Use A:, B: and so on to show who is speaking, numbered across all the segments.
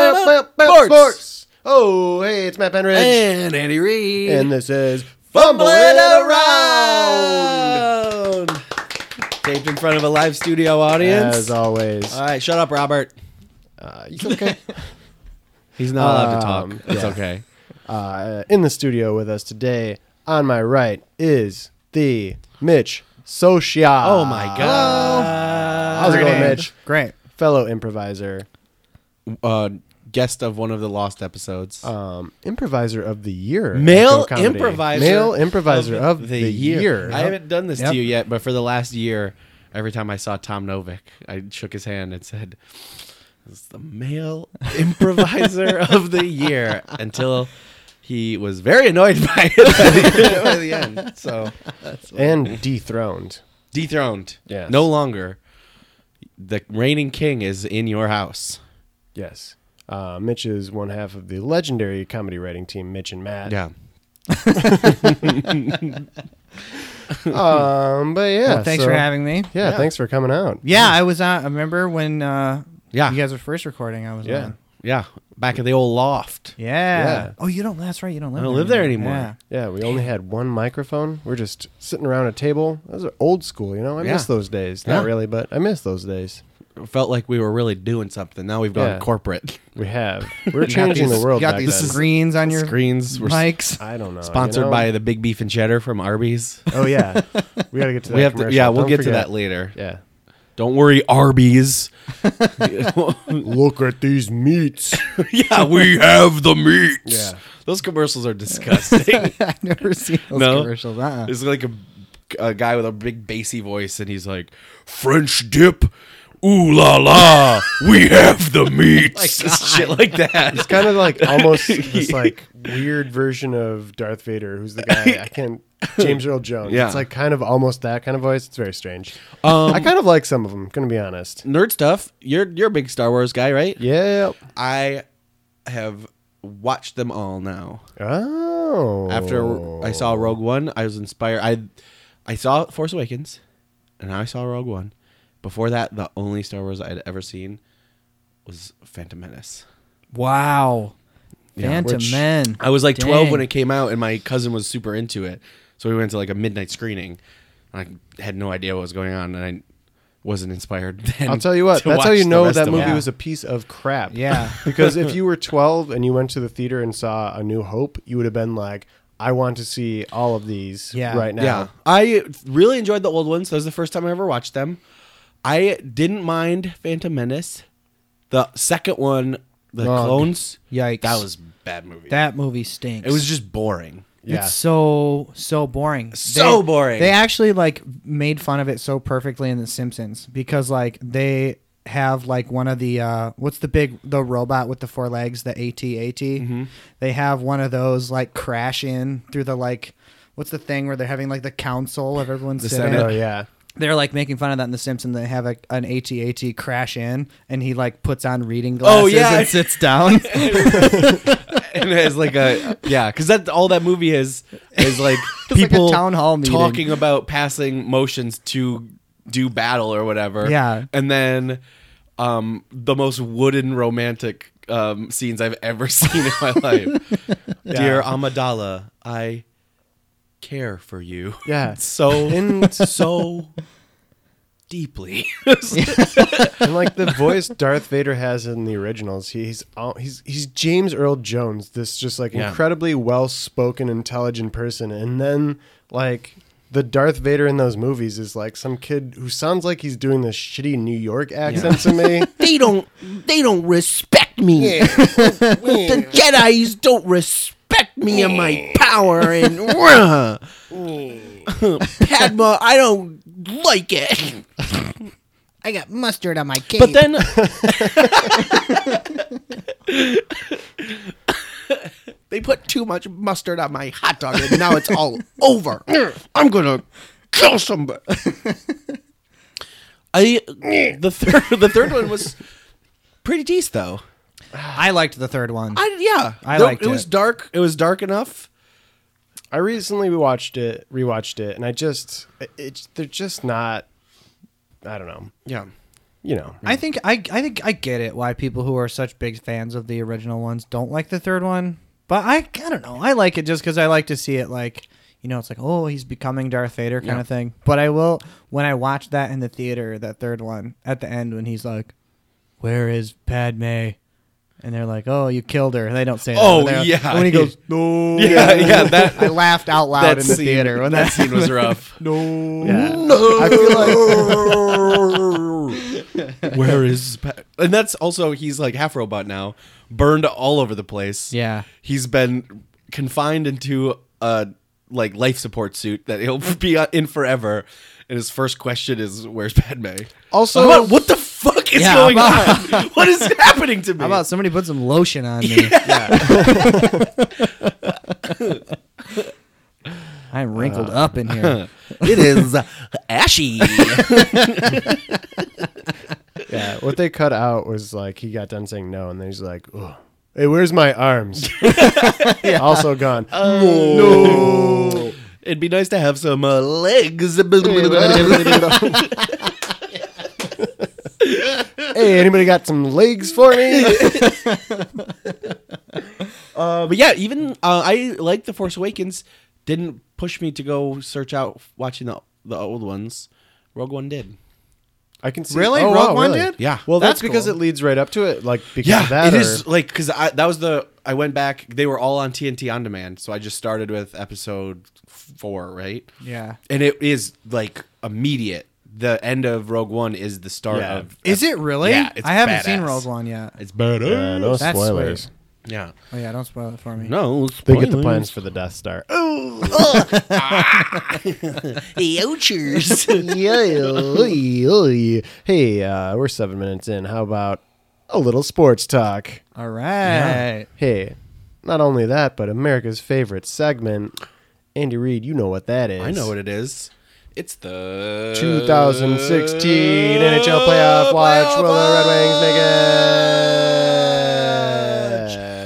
A: Sports.
B: Sports. Oh, hey, it's Matt Penridge.
A: And Andy Reid.
B: And this is
A: Fumbling
B: Fumbling Around.
A: Around. Taped in front of a live studio audience.
B: As always.
A: All right, shut up, Robert.
B: Uh, it's okay.
A: He's not allowed to talk.
B: Um,
A: It's
B: yeah.
A: okay.
B: uh, in the studio with us today, on my right, is the Mitch Socia.
A: Oh my god.
B: Uh, How's it going,
C: Greetings.
B: Mitch?
C: Great.
B: Fellow improviser,
A: Uh, guest of one of the lost episodes.
B: um, improviser of the year. in
A: Male
B: show comedy.
A: improviser
B: Male improviser of, the, year.
A: I haven't done this
C: Yep.
A: to you yet, but for the last year, every time I saw Tom Novick, I shook his hand and said, "This is the male improviser of the year." Until he was very annoyed by it by the, by the end. So
B: and dethroned.
A: dethroned.
B: Yes.
A: No longer. The reigning king is in your house.
B: Yes. Uh, Mitch is one half of the legendary comedy writing team, Mitch and Matt.
A: Yeah.
B: Um, but yeah.
C: well, thanks
B: so-
C: for having me.
B: Yeah, thanks for coming out.
C: Yeah, I was on. I remember when uh,
A: Yeah.
C: you guys were first recording. I was
B: Yeah.
C: on.
A: Yeah. Back at the old loft.
C: Yeah.
B: Yeah.
C: Oh, you don't. That's right. You don't live.
A: I don't
C: there
A: live there
C: Yeah.
A: anymore.
B: Yeah, we only had one microphone. We're just sitting around a table. Those are old school, you know. I miss
A: Yeah.
B: those days.
A: Yeah.
B: Not really, but I miss those days.
A: Felt like we were really doing something. Now we've gone
B: Yeah.
A: corporate.
B: We have. We're
C: You got
B: changing
C: these-
B: the world.
C: You got
B: back
C: these
B: then.
C: screens on your
A: Screens were
C: mics.
B: I don't know. you
A: sponsored
B: know?
A: by the Big Beef and Cheddar from Arby's.
B: Oh yeah, we gotta get to that.
A: we have to,
B: commercial.
A: yeah, we'll
B: Don't
A: get to
B: forget.
A: that later.
B: Yeah.
A: Don't worry, Arby's. yeah,
B: Look at these meats.
A: we have the meats.
B: Yeah.
A: Those commercials are disgusting.
C: I've never seen those
A: No.
C: commercials. Uh-uh.
A: It's like a, a guy with a big bassy voice, and he's like, French dip. Ooh la la, we have the meats. Shit like that.
B: It's kind of like almost this like weird version of Darth Vader, who's the guy I can't. James Earl Jones.
A: Yeah. Um,
B: It's like kind of almost that kind of voice. It's very strange. I kind of like some of them. Gonna be honest.
A: Nerd stuff. You're you're a big Star Wars guy, right?
B: Yeah.
A: I have watched them all now.
B: Oh.
A: After I saw Rogue One, I was inspired. I I saw Force Awakens, and I saw Rogue One. Before that, the only Star Wars I had ever seen was Phantom Menace.
C: Wow. Phantom
B: which-
C: Men.
A: I was like 12 when
C: Dang.
A: it came out, and my cousin was super into it. So we went to like a midnight screening. And I had no idea what was going on, and I wasn't inspired. Then
B: I'll tell you what.
A: to
B: That's how
A: watch
B: you
A: the
B: know
A: rest
B: that
A: of
B: movie
A: them.
B: was a piece of crap.
C: Yeah.
B: because if you were 12 and you went to the theater and saw A New Hope, you would have been like, I want to see all of these
C: Yeah.
B: right now.
A: Yeah. I really enjoyed the old ones. That was the first time I ever watched them. I didn't mind Phantom Menace. The second one, The
B: Ugh.
A: Clones,
C: Yikes.
A: that was a bad movie.
C: That movie stinks.
A: it was just boring.
B: Yeah.
C: It's so so boring.
A: So boring.
C: They actually like made fun of it so perfectly in The Simpsons because like they have like one of the uh what's the big the robot with the four legs the AT-AT.
A: Mm-hmm.
C: They have one of those like crash in through the like what's the thing where they're having like the council of everyone sitting.
A: Senate.
B: Oh, yeah.
C: They're like making fun of that in The Simpsons. They have a, an AT-AT crash in and he like puts on reading glasses
A: Oh, yeah.
C: and sits down.
A: and it has like a yeah, because that all that movie is is like
C: like a
A: people
C: town hall meeting.
A: talking about passing motions to do battle or whatever.
C: Yeah.
A: and then um, the most wooden romantic um, scenes I've ever seen in my life. Dear Amidala, I care for you.
B: Yeah.
A: so
B: In-
A: so deeply.
B: And like the voice Darth Vader has in the originals, he's all, he's he's James Earl Jones, this just like
A: Yeah.
B: incredibly well-spoken, intelligent person, and then like the Darth Vader in those movies is like some kid who sounds like he's doing this shitty New York accent to me.
D: they don't they don't respect me. the Jedi's don't respect me and my power and Padma, I don't like it.
C: I got mustard on my cake.
A: But then,
D: They put too much mustard on my hot dog and now it's all over. I'm gonna kill somebody.
A: I the third the third one was pretty decent though.
C: I liked the third one.
A: I yeah.
C: I
A: Though
C: liked
A: it. was
C: it.
A: dark. It was dark enough.
B: I recently watched it, rewatched it, and I just it, it's they're just not. I don't know.
A: Yeah.
B: you know.
E: I think I I think I get it why people who are such big fans of the original ones don't like the third one. But I I don't know. I like it just because I like to see it like you know it's like oh he's becoming Darth Vader kind
A: Yeah.
E: of thing. But I will when I watch that in the theater that third one at the end when he's like, where is Padme? And they're like, oh you killed her. They don't say. that.
A: Oh,
E: They're-
A: yeah.
E: When he goes no.
A: Yeah, yeah, that-
E: I laughed out loud in the theater when that,
A: scene was rough.
E: no.
B: No, I feel like
A: Where is Pa- and that's also he's like half robot now, burned all over the place.
E: Yeah.
A: he's been confined into a like life support suit that he'll be uh, in forever. And his first question is, "Where's Padme?"
B: Also-
A: what, what the fuck is
E: Yeah,
A: going on? what is happening to me?
E: How about somebody put some lotion on me? I'm wrinkled
A: Uh,
E: up in here.
C: It is ashy.
B: yeah, what they cut out was like he got done saying no, and then he's like, "Ugh. "Hey, where's my arms?" Also gone.
A: no. It'd be nice to have some uh, legs.
B: Uh, hey, anybody got some legs for me?
A: Uh, but yeah, even uh, I like the Force Awakens. Didn't push me to go search out watching the the old ones. Rogue One did.
B: I can see. Oh,
E: Really? Rogue One did?
A: Yeah.
B: Well, that's,
E: That's
B: because
E: cool.
B: it leads right up to it. Like because
A: Yeah,
B: of that,
A: it
B: or- uh,
A: is like because I that was the I went back. They were all on TNT on demand, so I just started with episode four, right?
E: Yeah.
A: and it is like immediate. The end of Rogue One is the start
B: Yeah.
A: of.
E: Is it really?
A: Yeah, it's
E: I haven't seen
A: badass.
E: Rogue One yet.
A: It's badass.
B: Yeah, no
E: That's
B: spoilers.
E: sweet.
A: Yeah.
E: Oh yeah, don't spoil it for me.
A: No,
B: They get the plans for the Death Star.
C: Ouchers.
B: Yoy, yoy. Hey, uh, we're seven minutes in. How about a little sports talk?
E: All right.
B: Hey, not only that, but America's favorite segment. Andy Reid, you know what that is.
A: I know what it is. It's the
B: 2016 NHL playoff watch. Will the Red Wings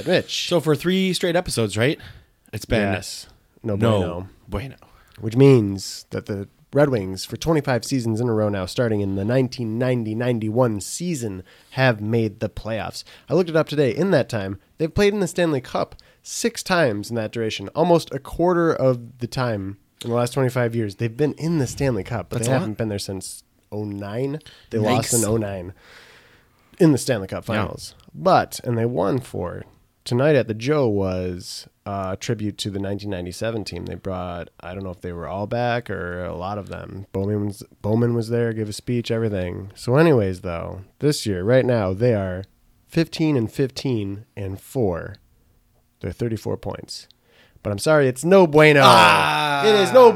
B: make it? Mitch.
A: So for three straight episodes, right? It's been
B: Yes.
E: Oh,
B: No,
A: no
B: bueno.
A: bueno.
B: Which means that the Red Wings, for 25 seasons in a row now, starting in the 1990-91 season, have made the playoffs. I looked it up today. In that time, they've played in the Stanley Cup six times in that duration, almost a quarter of the time in the last 25 years. They've been in the Stanley Cup, but
A: That's
B: they
A: a lot.
B: haven't been there since 09. They lost
A: Yikes.
B: in 09 in the Stanley Cup Finals. But and they won four. Tonight at the Joe was uh, a tribute to the 1997 team. They brought I don't know if they were all back or a lot of them. Bowman was, Bowman was there, gave a speech, everything. So, anyways, though, this year, right now, they are 15 and 15 and four. They're 34 points. But I'm sorry, it's no bueno. it is no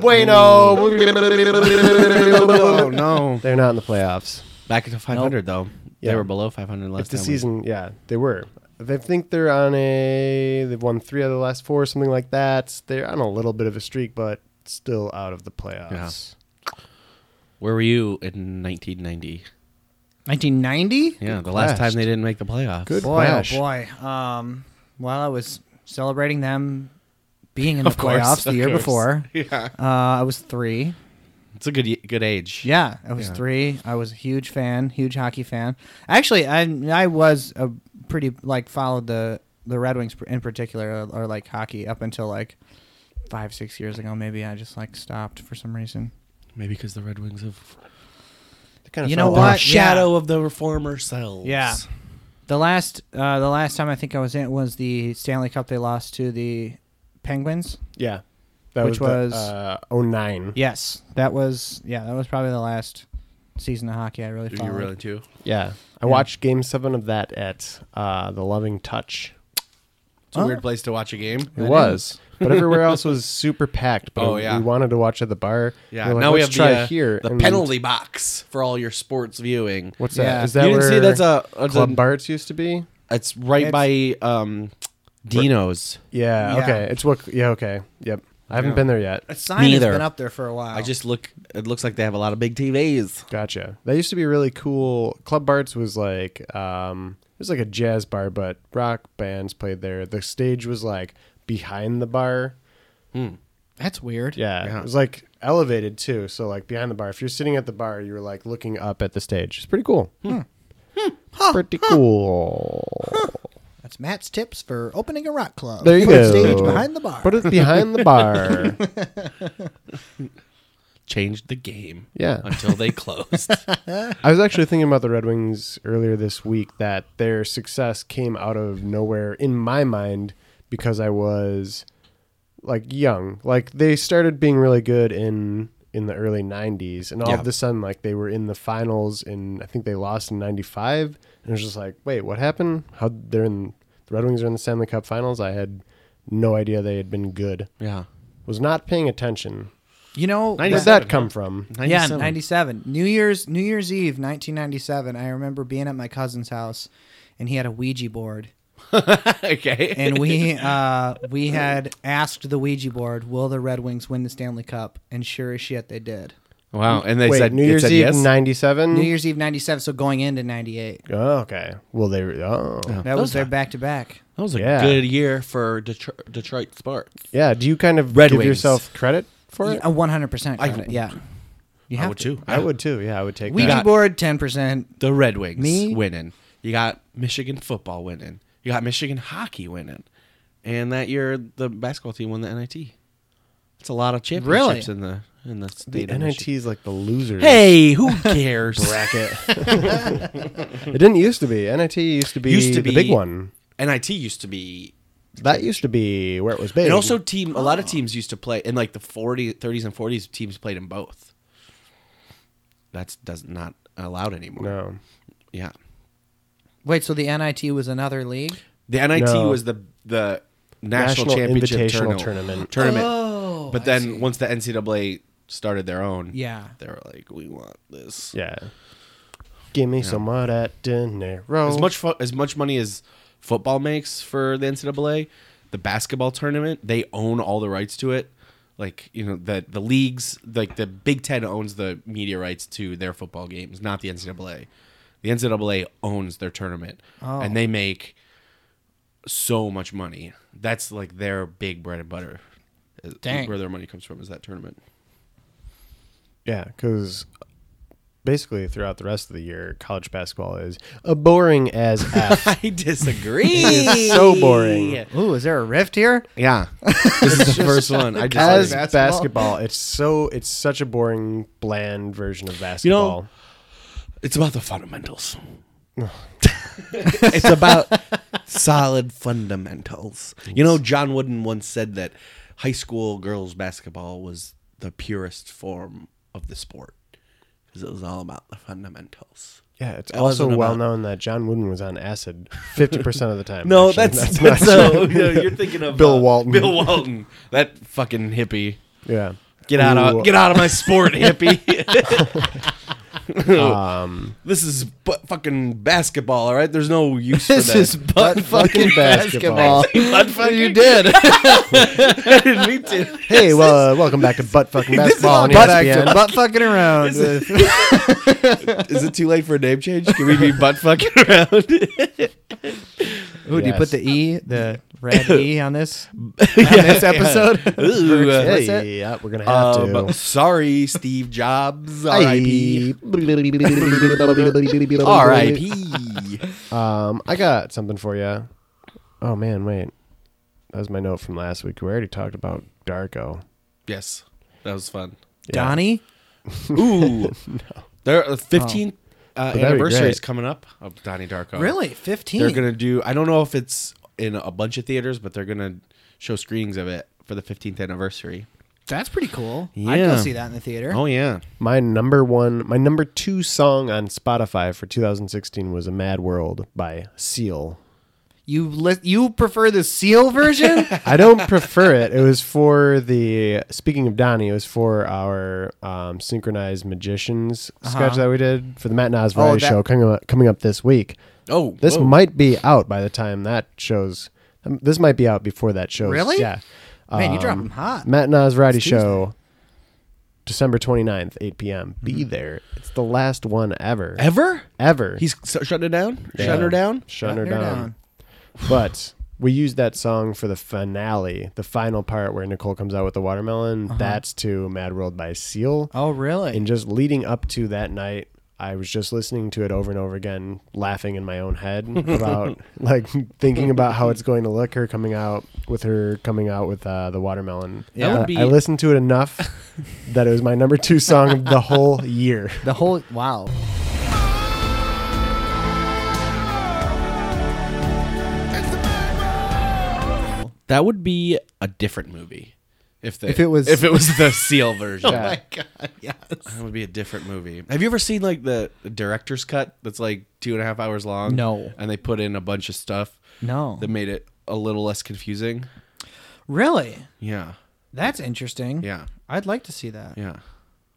B: bueno.
A: Oh no!
B: They're not in the playoffs.
A: Back to 500 though.
B: Yeah.
A: They were below 500 last
B: If the
A: time we-
B: season, yeah, they were. I think they're on a. They've won three out of the last four, something like that. They're on a little bit of a streak, but still out of the playoffs.
A: Where were you in 1990?
E: 1990.
A: Yeah, the last
B: Crashed.
A: time they didn't make the playoffs.
B: Good
E: Boy, oh
B: crash.
E: boy. Um, while I was celebrating them being in the
A: Of course,
E: playoffs the
A: of
E: year
A: course.
E: before,
A: Yeah,
E: uh, I was three.
A: it's a good y- good age.
E: Yeah, I was three. I was a huge fan, huge hockey fan. Actually, I I was a pretty like followed the the Red Wings in particular or, like hockey up until like five six years ago. Maybe I just like stopped for some reason.
A: maybe because the Red Wings have
B: They kinda
E: You
B: fell
E: know
B: down.
E: what?
A: shadow of their former selves.
E: Yeah. The last uh, the last time I think I was in was the Stanley Cup they lost to the Penguins.
B: Yeah, that
E: Which
B: was,
E: was-
B: the, uh, 09. Yeah.
E: Yes, that was yeah that was probably the last season of hockey I really
A: Do you
E: followed.
A: really too?
B: I watched Game Seven of that at uh, the Loving Touch.
A: It's a weird place to watch a game.
B: It was, but everywhere else was super packed. But
A: Oh, yeah.
B: we wanted to watch at the bar.
A: Yeah.
B: We're like,
A: now we
B: "Let's
A: have
B: try
A: the, uh,
B: here.
A: the
B: and-
A: penalty box for all your sports viewing.
B: What's
E: Yeah.
B: that? Is that
A: you didn't
B: where
A: see that's a, it's,
B: Club
A: a-
B: Barts used to be?
A: it's right by um, Dino's.
B: Yeah,
E: Yeah.
B: okay. It's what yeah, okay. Yep. I haven't been there yet.
E: A sign has
A: Neither.
E: been up there for a while.
A: I just look. It looks like they have a lot of big TVs.
B: Gotcha. That used to be really cool. Club Barts was like um it was like a jazz bar, but rock bands played there. The stage was like behind the bar.
E: that's weird.
B: Yeah.
A: Yeah.
B: It was like elevated too. So like behind the bar, if you're sitting at the bar, you're like looking up at the stage. It's pretty cool. Pretty cool.
C: That's Matt's tips for opening a rock club.
B: There you
C: Put
B: go.
C: Stage behind the bar.
B: Put it behind the bar.
A: Changed the game.
B: Yeah.
A: Until they closed.
B: I was actually thinking about the Red Wings earlier this week that their success came out of nowhere in my mind because I was like young. Like they started being really good in in the early 90s and all
A: Yeah.
B: of a sudden like they were in the finals and I think they lost in 95 and it was just like, "Wait, what happened? How they're in the Red Wings are in the Stanley Cup finals? I had no idea they had been good.
A: yeah.
B: Was not paying attention.
C: you know,
B: Where did
C: that-
B: that come from?
C: Yeah, 97. New Year's New Year's Eve 1997. I remember being at my cousin's house and he had a Ouija board
A: okay.
C: and we uh we had asked the Ouija board, "Will the Red Wings win the Stanley Cup?" and sure as shit they did.
A: wow. And they
B: Wait,
A: said
B: New
A: it
B: Year's
A: said
B: Eve
A: yes?
B: 97?
C: New Year's Eve 97, so going into 98.
B: Oh, okay. Well, they. Oh, yeah.
C: That was their back to back.
A: That was a
B: Yeah.
A: good year for Detr- Detroit sports.
B: Do you kind of
A: Red
B: give
A: Wings.
B: yourself credit for it?
C: 100%
A: I-
C: credit. yeah. You
A: I
C: have
A: would
C: to.
A: too.
B: I would too. Yeah, I would take
C: Ouija
B: that.
C: board 10%.
A: The Red Wings
C: Me?
A: winning. You got Michigan football winning. You got Michigan hockey winning. And that year, the basketball team won the NIT. It's a lot of championships in the in the
B: The
A: state. of
B: NIT
A: Michigan.
B: is like the losers.
A: Hey, who cares?
B: bracket. it didn't used to be. NIT used to be
A: Used to
B: the big
A: be-
B: one.
A: NIT used to be
B: That used to be where it was big.
A: And also, team a lot of teams used to play in like the 40s, 30s, and 40s. Teams played in both. That's does not allowed anymore.
B: no.
A: Yeah,
C: Wait, so the NIT was another league?
A: the NIT
B: No.
A: was the the national,
B: National
A: championship
B: Invitational
A: tournament.
B: Tournament.
A: tournament.
C: Oh,
A: but
C: I
A: then
C: see.
A: once the NCAA started their own,
C: Yeah.
A: they were like, we want this.
B: Yeah. Give me some of that dinero.
A: As much fu- as much money as football makes for the NCAA, the basketball tournament they own all the rights to it. Like you know the the leagues like the Big Ten owns the media rights to their football games, not the NCAA. The NCAA owns their tournament, and they make so much money. That's like their big bread and butter. is-
C: Dang.
A: Where their money comes from is that tournament.
B: Yeah, because basically throughout the rest of the year, college basketball is a boring as f.
A: I disagree.
B: it's so boring.
C: Ooh, is there a rift here?
A: Yeah, this is the first one. I
B: As
A: just
B: basketball. it's so it's such a boring, bland version of basketball.
A: know, It's about the fundamentals. it's about solid fundamentals. You know, John Wooden once said that high school girls basketball was the purest form of the sport because it was all about the fundamentals.
B: Yeah, it's
A: It
B: also
A: wasn't
B: well
A: about-
B: known that John Wooden was on acid 50% of the time.
A: No,
B: actually.
A: that's, that's, no, no, You're thinking of uh,
B: Bill Walton.
A: Bill Walton, that fucking hippie.
B: Yeah.
A: Get out
B: Ooh.
A: of get out of my sport, hippie.
B: Um,
A: this is but fucking basketball, all right? There's no use for
C: This
A: that.
C: is butt fucking
B: basketball.
C: basketball.
A: Butt fucking-
C: you did.
A: I didn't mean to.
B: hey, well, uh, welcome back to Butt Fucking Basketball on E
C: butt, back to
B: ESPN.
C: butt fucking around.
A: Is it too late for a name change? Can we be butt fucking around?
C: Ooh, do you
B: Yes.
C: put the E, the red E on this, on this episode?
A: Ooh, uh,
B: Hey,
C: What's that?
B: yeah, we're going to have
A: um,
B: to.
A: sorry, Steve Jobs. R.I.P.
D: R.I.P.
A: R.I.P.
B: Um, I got something for you. Oh, man, wait. That was my note from last week. We already talked about Darko.
A: yes, that was fun.
C: Donnie?
A: Ooh, there are 15th uh,
B: be
A: anniversary is
B: great.
A: coming up of Donnie Darko.
C: Really? 15?
A: They're gonna do. I don't know if it's in a bunch of theaters, but they're gonna show screenings of it for the 15th anniversary.
C: That's pretty cool. I'd
A: Yeah.
C: go see that in the theater.
A: Oh yeah,
B: My number one, my number two song on Spotify for 2016 was A Mad World by Seal.
C: You li- you prefer the seal version?
B: I don't prefer it. It was for the speaking of Donnie, it was for our um, synchronized magicians sketch that we did for the Matt Nas variety
C: Uh-huh. Oh, that-
B: show coming up, coming up this week.
A: Oh,
B: this
A: whoa.
B: might be out by the time that shows. um, This might be out before that shows.
C: Really?
B: Yeah.
C: Man, you drop
B: Um,
C: 'em hot.
B: Matt Nas variety show, December 29th, 8 p.m. Be there. It's the last one ever.
A: Mm-hmm. ever?
B: Ever.
A: He's s- shutting it down.
B: Yeah.
A: Shutting her down.
B: Shutting her
C: Shutting her
B: down.
C: down.
B: But we used that song for the finale, the final part where Nicole comes out with the
A: Uh-huh.
B: watermelon. That's to Mad World by Seal.
C: Oh, really?
B: And just leading up to that night, I was just listening to it over and over again, laughing in my own head about like thinking about how it's going to look. Her coming out with her coming out with uh, the watermelon.
A: That would
B: Uh,
A: be-
B: I listened to it enough that it was my number two song of the whole year.
C: the whole wow.
A: That would be a different movie. If, the,
C: If it was-
A: if it was the seal version,
B: Yeah.
D: God, yes.
A: that would be a different movie. Have you ever seen like the director's cut that's like two and a half hours long?
C: No.
A: and they put in a bunch of stuff
C: No.
A: that made it a little less confusing.
C: Really?
A: Yeah,
C: That's interesting.
A: yeah,
C: I'd like to see that.
A: yeah.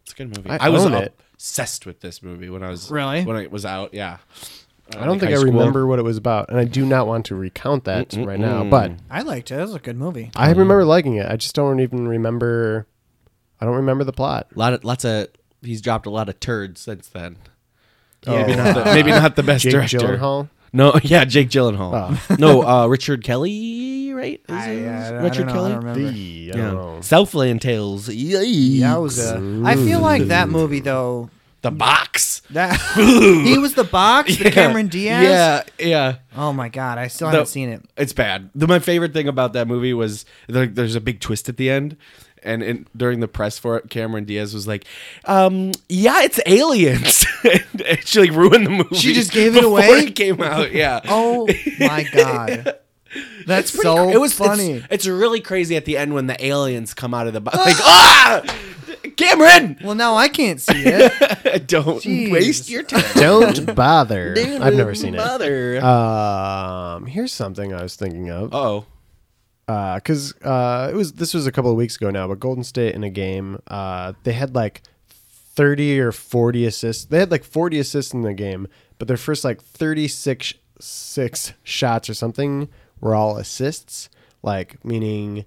A: It's a good movie.
B: I
A: I, was
B: own it.
A: obsessed with this movie when I was
C: Really?
A: when it was out. Yeah,
B: I don't think I remember what it was about, and I do not want to recount that right now. But
C: I liked it. It was a good movie.
B: I remember liking it. I just don't even remember. I don't remember the plot.
A: lot of lots of he's dropped a lot of turds since then.
B: Oh.
A: Maybe not the, maybe not the best
B: Jake
A: director.
B: Gyllenhaal.
A: No, yeah, Jake Gyllenhaal. No, uh, Richard Kelly, right? Is it-
C: Oh. I don't- I
A: Richard
C: don't know. I
A: Kelly.
C: don't remember.
B: The, I don't know.
A: Yeah. Southland Tales. Yikes.
C: E. Yeah, I was. Uh, I feel like that movie though.
A: the box.
C: That he was the box, the Cameron Diaz.
A: Yeah, yeah.
C: Oh my god, I still
A: The-
C: haven't seen it.
A: It's bad. The, my favorite thing about that movie was there, there's a big twist at the end. And in, during the press for it, Cameron Diaz was like, um, "Yeah, it's aliens." and, and she like ruined the movie.
C: She just gave it
A: before
C: away?
A: It came out. Yeah.
C: Oh my god, that's
A: It's pretty
C: so
A: cra- it was
C: funny.
A: It's, it's really crazy at the end when the aliens come out of the bo- like ah, Cameron,
C: well, now I can't see it.
A: don't
C: Jeez.
A: waste your time.
B: Don't bother. I've never seen it.
A: Mother.
B: Um, here's something I was thinking of.
A: oh,
B: because uh, it was this was a couple of weeks ago now, but Golden State in a game, uh, they had like thirty or forty assists. They had like forty assists in the game, but their first like thirty six six shots or something were all assists. Like meaning,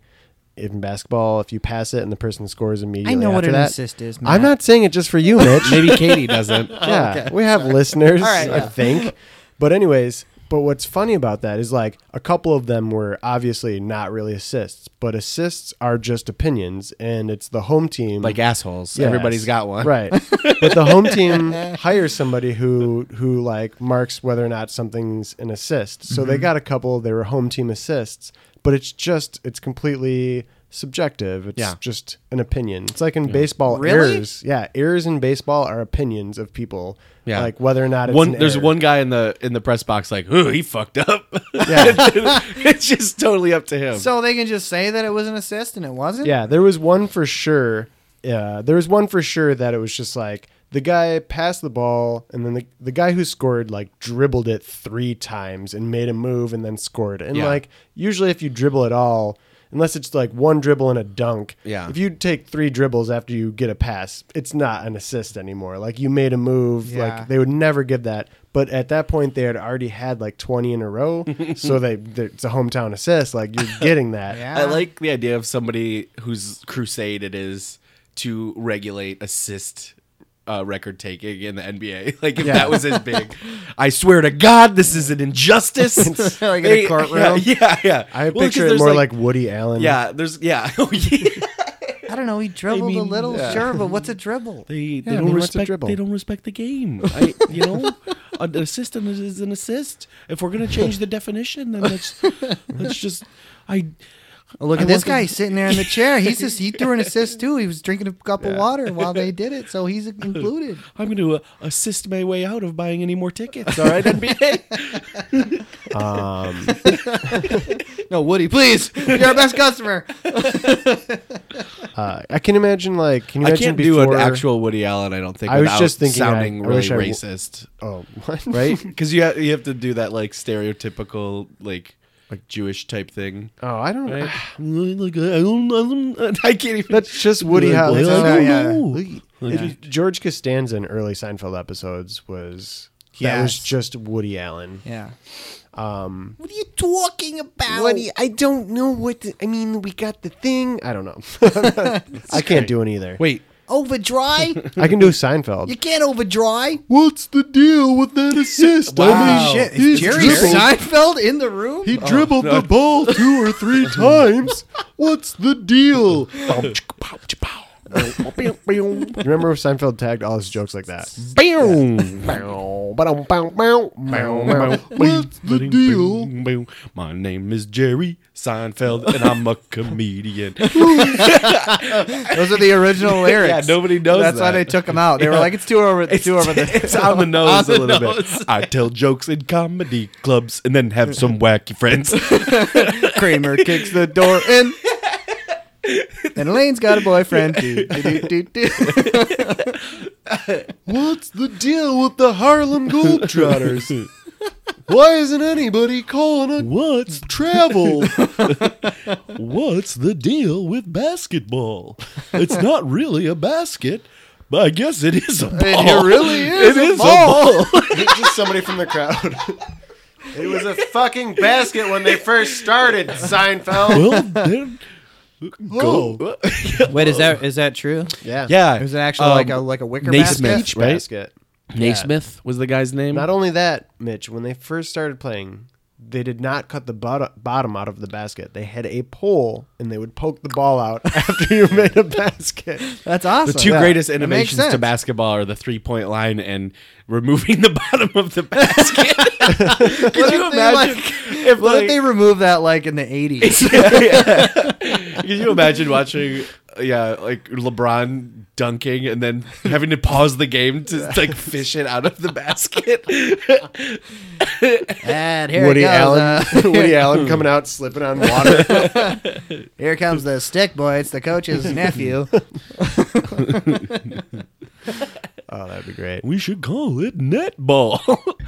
B: in basketball, if you pass it and the person scores immediately,
C: know what
B: after
C: an
B: that-
C: assist is,
B: I'm
C: Matt.
B: not saying it just for you, Mitch.
A: maybe Katie doesn't.
B: Yeah, we have listeners,
C: right,
B: I think. But anyways, but what's funny about that is like a couple of them were obviously not really assists, but assists are just opinions, and it's the home team.
A: Like assholes.
B: Yes.
A: Everybody's got one.
B: right? but the home team hires somebody who who like marks whether or not something's an assist. So
A: Mm-hmm.
B: they got a couple. They were home team assists, but it's just it's completely subjective. It's
A: Yeah.
B: just an opinion. It's like in baseball
C: Really?
B: errors. Yeah, errors in baseball are opinions of people.
A: Yeah.
B: like whether or not it's
A: One
B: an
A: there's
B: error.
A: one guy in the in the press box like, ooh, he fucked up. it's just totally up to him.
C: So they can just say that it was an assist and it wasn't.
B: Yeah, there was one for sure. Yeah, there was one for sure that it was just like the guy passed the ball, and then the, the guy who scored like dribbled it three times and made a move and then scored. And
A: Yeah.
B: like usually, if you dribble at all, unless it's like one dribble and a dunk,
A: Yeah.
B: If you take three dribbles after you get a pass, it's not an assist anymore. Like you made a move.
C: Yeah.
B: Like they would never give that. But at that point, they had already had like twenty in a row, so they they- it's a hometown assist. Like you're getting that.
C: Yeah.
A: I like the idea of somebody whose crusade it is to regulate assist uh, record taking in the NBA. Like if that was as big, I swear to God, this is an injustice.
C: Like in a
A: They-
C: courtroom?
A: Yeah, yeah. yeah.
B: I
A: Well, 'cause
B: picture it
A: there's,
B: more like, Woody Allen.
A: yeah. There's yeah. Oh, yeah.
C: I don't know. He dribbled a little, sure, but what's a dribble?
A: They, they
B: I
A: don't
B: mean, what's a
A: respect.
B: dribble?
A: They don't respect the game. I, you know, an assist is- is an assist. If we're gonna change the definition, then let's let's just. I
C: Look
A: I
C: at this
A: want the-
C: guy he's sitting there in the chair. He's just he threw an assist too. He was drinking a cup of water while they did it, so he's included.
A: I'm going to uh, assist my way out of buying any more tickets. All right, NBA.
B: Um,
C: No, Woody, please, you're our best customer.
B: uh, I can imagine like can you
A: I
B: imagine
A: can't do
B: before,
A: an actual Woody Allen. I don't think.
B: I was
A: without
B: just thinking I-
A: sounding
B: I
A: really
B: wish I w-
A: racist,
B: Oh, what?
A: right? Because you ha- you have to do that like stereotypical like like Jewish type thing.
B: Oh, I don't. know.
A: Like, I, don't, I, don't, I can't even.
B: That's just Woody
A: Like,
B: Allen.
A: I
B: It's
A: don't
B: not-
A: know.
B: If you- George Costanza in early Seinfeld episodes was that was
C: Yes.
B: just Woody Allen.
C: Yeah,
D: What are you talking about?
B: Woody, I don't know what to, I mean. We got the thing. I don't know. I can't do it either.
A: Wait,
C: Overdry?
B: I can do Seinfeld.
C: you can't overdry.
B: What's the deal with that assist?
A: Wow.
C: Shit,
B: he's
C: is Jerry
B: dribbled-
C: Seinfeld in the room?
B: He dribbled the ball two or three times. What's the deal? Remember if Seinfeld tagged all his jokes like that? What's the deal?
A: My name is Jerry Seinfeld, and I'm a comedian.
C: Those are the original lyrics.
A: Yeah, nobody knows
C: That's why
A: that.
C: they took them out. They were like, it's too over, it's too over the.
A: It's on the nose
C: On
A: a
C: the
A: little
C: nose.
A: bit. I tell jokes in comedy clubs and then have some wacky friends.
C: Kramer kicks the door in. And Elaine's got a boyfriend. Do, do, do, do, do.
B: What's the deal with the Harlem Globetrotters? Why isn't anybody calling a
A: What's
B: travel?
A: what's the deal with basketball? It's not really a basket, but I guess it is a ball.
C: It really is.
A: It is a ball.
B: It's just somebody from the crowd. It was a fucking basket when they first started, Seinfeld.
A: well, then, go.
E: Wait, is that is that true?
B: Yeah.
A: Yeah,
C: It was an actual like
A: um,
C: a like a wicker
A: Naismith.
C: basket.
B: Peach
A: Right?
B: basket.
A: Naismith was the guy's name.
B: Not only that, Mitch, when they first started playing, they did not cut the bot- bottom out of the basket. They had a pole and they would poke the ball out after you made a basket.
C: That's awesome.
A: the two
C: Yeah.
A: greatest
C: That makes
A: innovations to
C: sense.
A: basketball are the three point line and removing the bottom of the basket. Could you
C: if they, like-
A: imagine if
C: What
A: like,
C: if they remove that like in the eighties?
A: Can you imagine watching, yeah, like LeBron dunking and then having to pause the game to like fish it out of the basket?
C: and here
B: Woody
C: it goes.
B: Allen,
C: uh,
B: Woody Allen coming out slipping on water.
C: here comes the stick boy. It's the coach's nephew.
B: oh, that'd be great.
A: we should call it netball.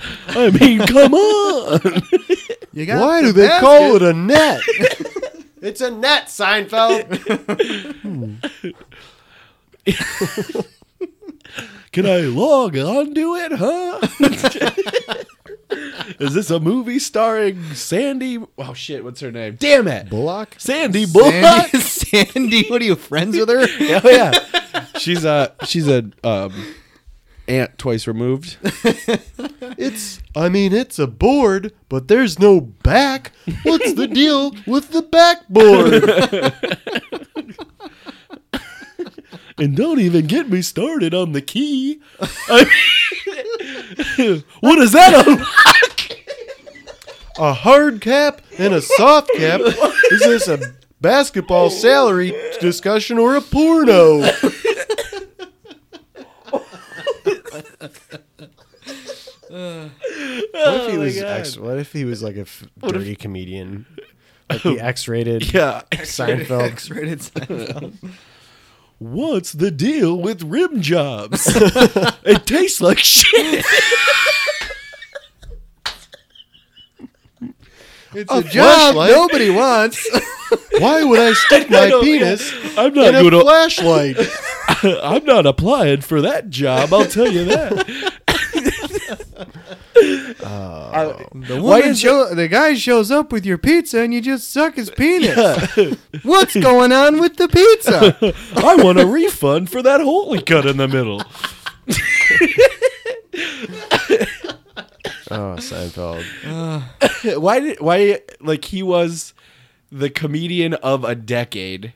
A: I mean, come on.
C: You got
B: Why do
C: the
B: they
C: basket.
B: call it a net? it's a net, Seinfeld.
A: Can I log on to it, huh? Is this a movie starring Sandy? Oh shit, what's her name? Damn it.
B: Bullock.
A: Sandy Bullock.
C: Sandy, Sandy, what are you friends with her?
A: oh yeah. She's a she's a um aunt twice removed.
B: It's. I mean, it's a board, but there's no back. What's the deal with the backboard?
A: And don't even get me started on the key. I- what is that? on-
B: A hard cap and a soft cap. Is this a basketball salary discussion or a porno? What if he was X? What if he was like a f- dirty comedian, like the X-rated
A: yeah.
B: Seinfeld?
C: X-rated Seinfeld.
A: What's the deal with rim jobs? it tastes like shit.
C: It's a, job
B: flashlight.
C: nobody wants.
B: Why would I stick my
A: don't-
B: penis
A: I'm
B: in
A: not
B: a
A: gonna.
B: flashlight?
A: I'm not applying for that job. I'll tell you that.
C: Oh. The woman show, the guy shows up with your pizza and you just suck his penis. What's going on with the pizza?
A: I want a refund for that hole he cut in the middle.
B: Oh, Seinfeld.
A: why did why like he was the comedian of a decade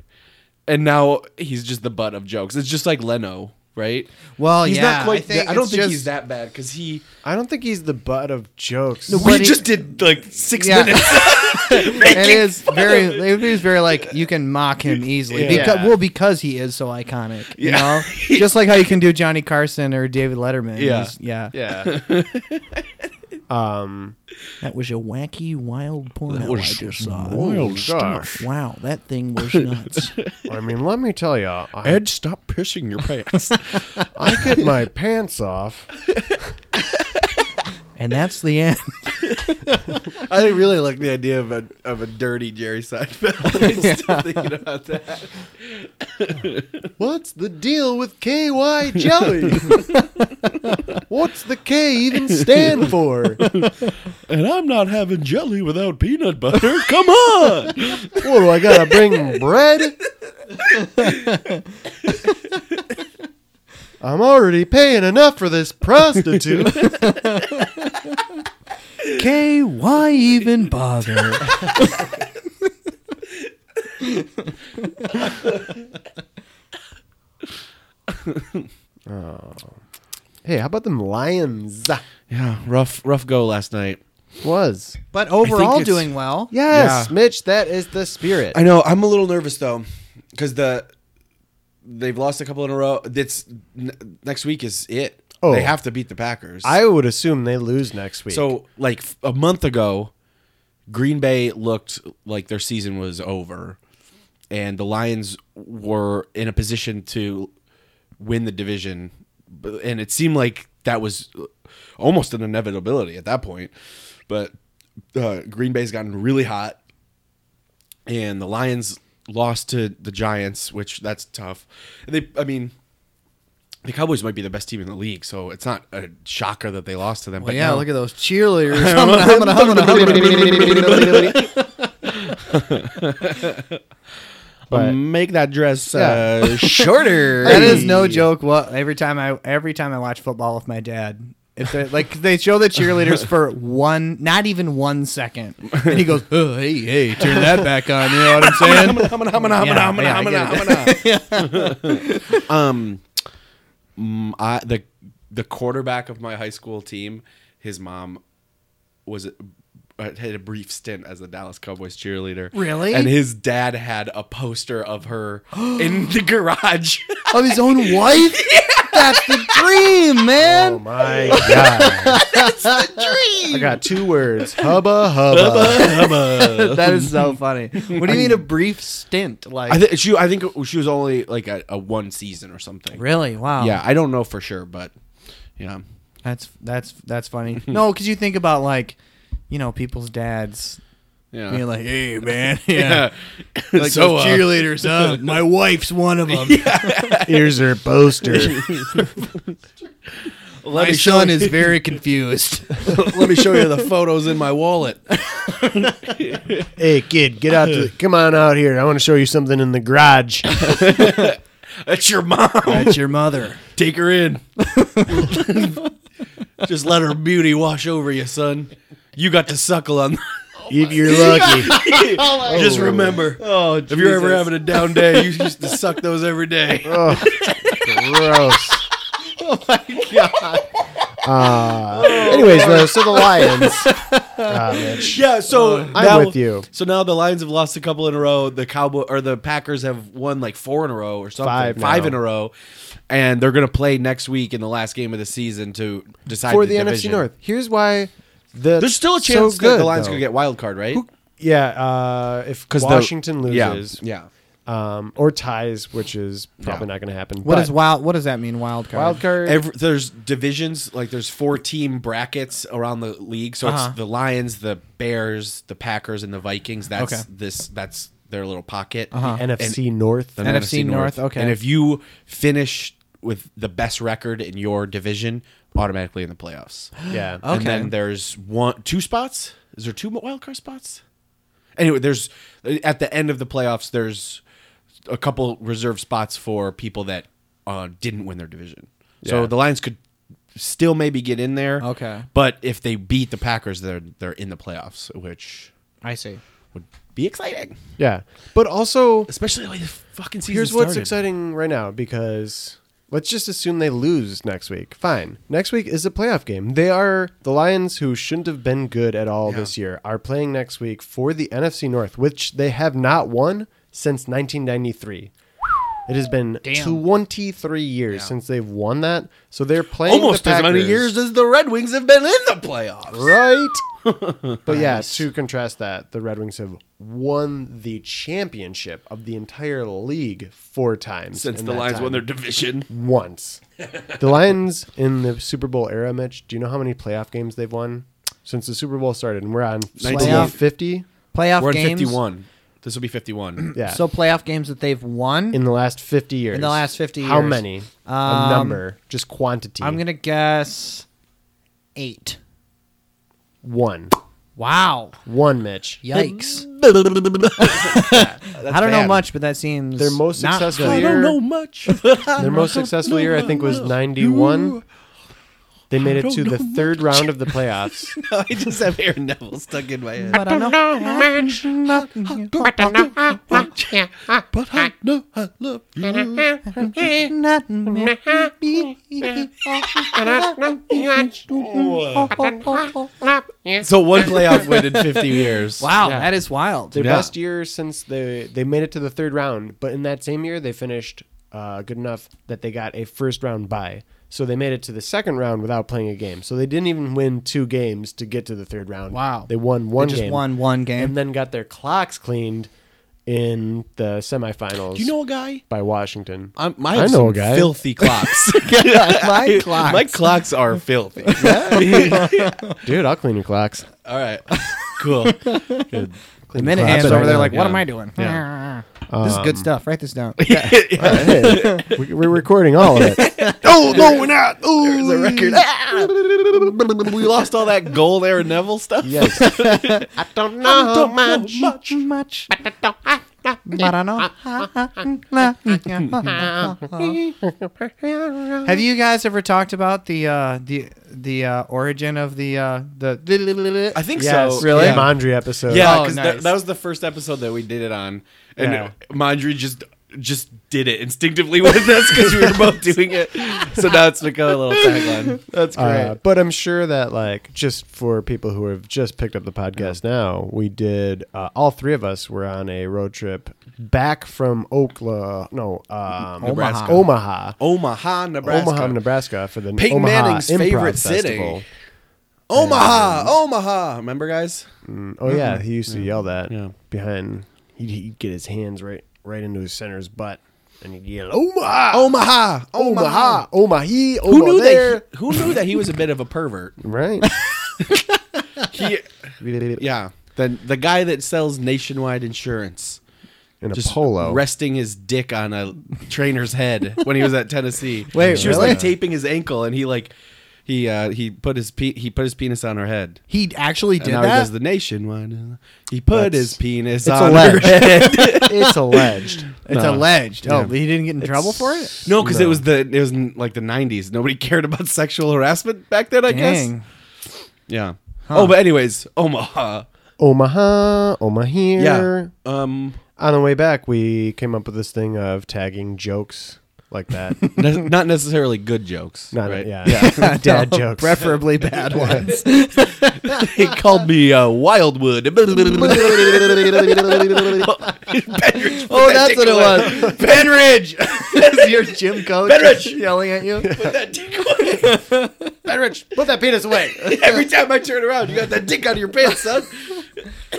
A: and now he's just the butt of jokes it's just like leno right
C: Well,
A: he's
C: yeah,
A: not quite
C: I think
A: i don't
C: it's
A: think
C: just-
A: he's that bad because he
B: I don't think he's the butt of jokes.
A: we
C: But he-
A: just did like six
C: Yeah.
A: minutes
C: it is very it is very like you can mock him easily
A: Yeah.
C: because well because he is so iconic you
A: Yeah.
C: know just like how you can do johnny carson or david letterman
A: Yeah.
C: He's- yeah
B: yeah. um.
E: That was a wacky wild porno I just saw.
B: Wild stuff.
E: Wow, that thing was nuts.
B: I mean, let me tell you, I,
A: ed stop pissing your pants
B: I get my pants off.
E: and that's the end.
A: i really like the idea of a of a dirty jerry seinfeld i'm still thinking about that
B: What's the deal with KY jelly? What's the K even stand for? What
A: and i'm not having jelly without peanut butter come on
B: do I gotta bring bread? I'm already paying enough for this prostitute.
C: K, why even bother?
B: hey, how about them lions?
A: Yeah, rough, rough go last night.
B: Was
C: But overall,
A: it's-
C: doing well.
B: yes,
A: Yeah.
B: Mitch. That is the spirit.
A: I know. I'm a little nervous though, because the they've lost a couple in a row. It's n- next week is it.
B: Oh.
A: They have to beat the Packers.
B: I would assume they lose next week.
A: so like f- a month ago, Green Bay looked like their season was over, and the Lions were in a position to win the division, b- and it seemed like that was uh, almost an inevitability at that point. But uh, Green Bay's gotten really hot and the Lions lost to the Giants, which that's tough. And they, I mean, the Cowboys might be the best team in the league, so it's not a shocker that they lost to them.
C: Well,
A: but
C: yeah,
A: now-
C: look at those cheerleaders. Humma, humma, humma,
B: but
A: make that dress uh,
C: shorter. That is no joke. What every time I every time I watch football with my dad, if they like they show the cheerleaders for one, not even one second, and he goes, oh, "Hey, hey, turn that back on." You know what I'm saying? Yeah, yeah, I get it.
A: um, mm, I, the the quarterback of my high school team, his mom was uh, had a brief stint as the Dallas Cowboys cheerleader.
C: Really?
A: And his dad had a poster of her in the garage.
C: Of his own wife. That's the dream, man.
B: Oh my god! I got two words: hubba hubba.
C: that is so funny. What do you mean a brief stint? Like
A: I think she I think she was only like a, a one season or something.
C: really? Wow.
A: Yeah, I don't know for sure, but yeah.
C: That's that's that's funny. no, because you think about like, you know, people's dads.
A: Yeah.
C: being like, hey man,
A: yeah.
C: like
A: so
C: those
A: uh,
C: cheerleaders. huh? my wife's one of them.
B: Here's her poster.
A: let me show
C: son is very confused.
A: let me show you the photos in my wallet.
B: hey kid, get out! To the, come on out here. I want to show you something in the garage.
A: Oh That's your mom.
C: That's your mother.
A: Take her in. Just let her beauty wash over you, son. You got to suckle on.
B: if you're lucky.
A: Just remember,
C: Oh,
A: if you're ever having a down day, you used to suck those every day.
B: Oh, gross. Oh my god. Uh,
A: Oh
B: anyways, though, so the Lions. Uh, Mitch,
A: Yeah, so
B: I'm
A: now-
B: with you.
A: So now the Lions have lost a couple in a row. The Cowboy or the Packers have won like four in a row or something,
B: Five now.
A: in a row, and they're gonna play next week in the last game of the season to decide
B: For the, NFC
A: division.
B: North, here's why. The
A: There's still a
B: so
A: chance that the
B: good,
A: Lions
B: though.
A: could get wild card, right?
B: Yeah, uh, if
A: 'Cause the-
B: Washington loses,
A: yeah, yeah.
B: um, or ties, which is probably
A: Yeah.
B: not going to happen.
C: What
B: but
C: is wild? What does that mean? Wild card.
B: wild card?
A: Every, there's divisions like there's four team brackets around the league. So
C: Uh-huh.
A: it's the Lions, the Bears, the Packers, and the Vikings. That's
C: Okay.
A: this. That's their little pocket.
C: Uh-huh.
B: NFC North.
A: The
C: NFC North, okay.
A: And if you finish with the best record in your division, automatically in the playoffs.
B: yeah.
A: And
C: Okay.
A: then there's one, two spots. Is there two wild card spots? Anyway, there's at the end of the playoffs. There's a couple reserve spots for people that uh, didn't win their division. So
B: Yeah.
A: the Lions could still maybe get in there.
C: Okay.
A: But if they beat the Packers, they're they're in the playoffs, which
C: I see.
A: would be exciting,
B: Yeah. But also,
A: especially like the fucking season.
B: here's what's
A: started.
B: exciting right now because let's just assume they lose next week. Fine. Next week is a playoff game. They are the Lions, who shouldn't have been good at all
A: Yeah.
B: this year, are playing next week for the NFC North, which they have not won since 1993. It has been 23 years since they've won that. So they're playing the
A: Almost as many
B: Packers.
A: years as the Red Wings have been in the playoffs.
B: right? but yeah, to contrast that, the Red Wings have won the championship of the entire league four times
A: Since
B: in
A: the
B: that
A: Lions
B: time.
A: won their division.
B: once. the Lions in the Super Bowl era, Mitch. Do you know how many playoff games they've won since the Super Bowl started? And we're on Super Bowl
C: Playoff-
B: fifty.
C: Playoff
A: We're in
C: games.
A: 51. This will be 51.
B: Yeah.
C: So playoff games that they've won.
B: in the last fifty years.
C: In the last 50
B: How
C: years.
B: many?
C: Um,
B: A number, just quantity.
C: I'm gonna guess eight.
B: one.
E: Wow.
B: One Mitch.
E: Yikes.
A: That's
E: I don't know
A: bad.
E: much, but that seems
B: Their most
E: not
B: successful
E: good.
B: year.
A: much.
B: Their most successful year, I think, was '91. They made it to the third round of the playoffs.
A: I just have Aaron Neville stuck in my head.
E: But I know.
A: But I know I love you. uh, So one playoff win in 50 years.
E: Wow, that is wild.
B: Their
A: Yeah.
B: best year since they they made it to the third round, but in that same year they finished uh, good enough that they got a first round bye. So they made it to the second round without playing a game. So they didn't even win two games to get to the third round.
E: Wow.
B: They won one
E: just
B: game.
E: won one game.
B: and then got their clocks cleaned in the semifinals.
A: You know a guy?
B: by Washington.
A: I'm, my
B: I know
A: some
B: a guy.
A: Filthy clocks.
E: my clock.
A: My clocks are filthy.
B: Dude, I'll clean your clocks.
A: All right. Cool. Good.
E: the minute
B: clap
E: hands
B: it
E: over
B: right
E: there
B: now. Um,
E: like, what
A: Yeah.
E: am I doing? this is good stuff. Write this down.
B: We, we're recording all of it.
A: Oh no, we're not. Oh, there's a record. Ah! we lost all that gold Aaron Neville stuff.
B: Yes.
F: Don't know much.
E: much, much. But I mm, know. Have you guys ever talked about the uh, the the uh, origin of the uh, the?
A: I think
B: yes.
A: so.
B: Really?
A: Yeah.
B: Mondry episode.
A: Yeah,
E: Oh,
A: 'cause that-
E: nice.
A: that, was the first episode that we did it on, and
B: Yeah.
A: Mondry just just did it instinctively with us because we were both doing it. So now it's become a little tagline. That's
B: Uh, but I'm sure that, like, just for people who have just picked up the podcast now, we did, uh, all three of us were on a road trip back from Oklahoma, no, um,
E: Nebraska.
B: Omaha.
A: Omaha, Nebraska.
B: Omaha, Nebraska for the
A: Peyton
B: Omaha
A: Manning's
B: Improv
A: favorite
B: Festival.
A: city. Omaha, Omaha. Remember, guys?
B: Oh yeah, he used to yell that
A: Mm-hmm. Yeah.
B: behind. He'd, he'd get his hands right right into his center's butt, and he'd yell, "Omaha,
A: Omaha,
B: Omaha, Omaha, he, Omaha."
A: Who knew
B: there.
A: that? He, who knew that he was a bit of a pervert?
B: Right.
A: He, yeah. The the guy that sells nationwide insurance.
B: In a
A: just
B: polo.
A: resting his dick on a trainer's head when he was at Tennessee.
E: Wait,
A: she was
E: really?
A: like taping his ankle, and he like he uh, he put his pe- he put his penis on her head.
E: He actually
A: And
E: did
A: now he
E: that.
A: does the nationwide. He put his penis
B: it's
A: on her
B: alleged.
A: head.
B: it's alleged.
E: it's
A: No.
E: alleged. Oh, he didn't get in trouble for it.
A: No, because it was the it was n- like the '90s. Nobody cared about sexual harassment back then. I guess.
E: Dang.
A: Yeah. Oh, but anyways, Omaha.
B: Omaha, Omaha here.
A: Yeah. Um.
B: On the way back, we came up with this thing of tagging jokes like that.
A: ne- not necessarily good jokes.
B: Not
A: right?
B: yeah, dad
E: No,
B: jokes.
E: preferably bad ones.
A: he called me uh, Wildwood. Penridge.
E: Oh, that's what it was.
A: Penridge.
E: Is your gym coach
A: Benrich!
E: yelling at you?
A: Put that dick away. Penridge, put that penis away. Every time I turn around, you got that dick out of your pants, son.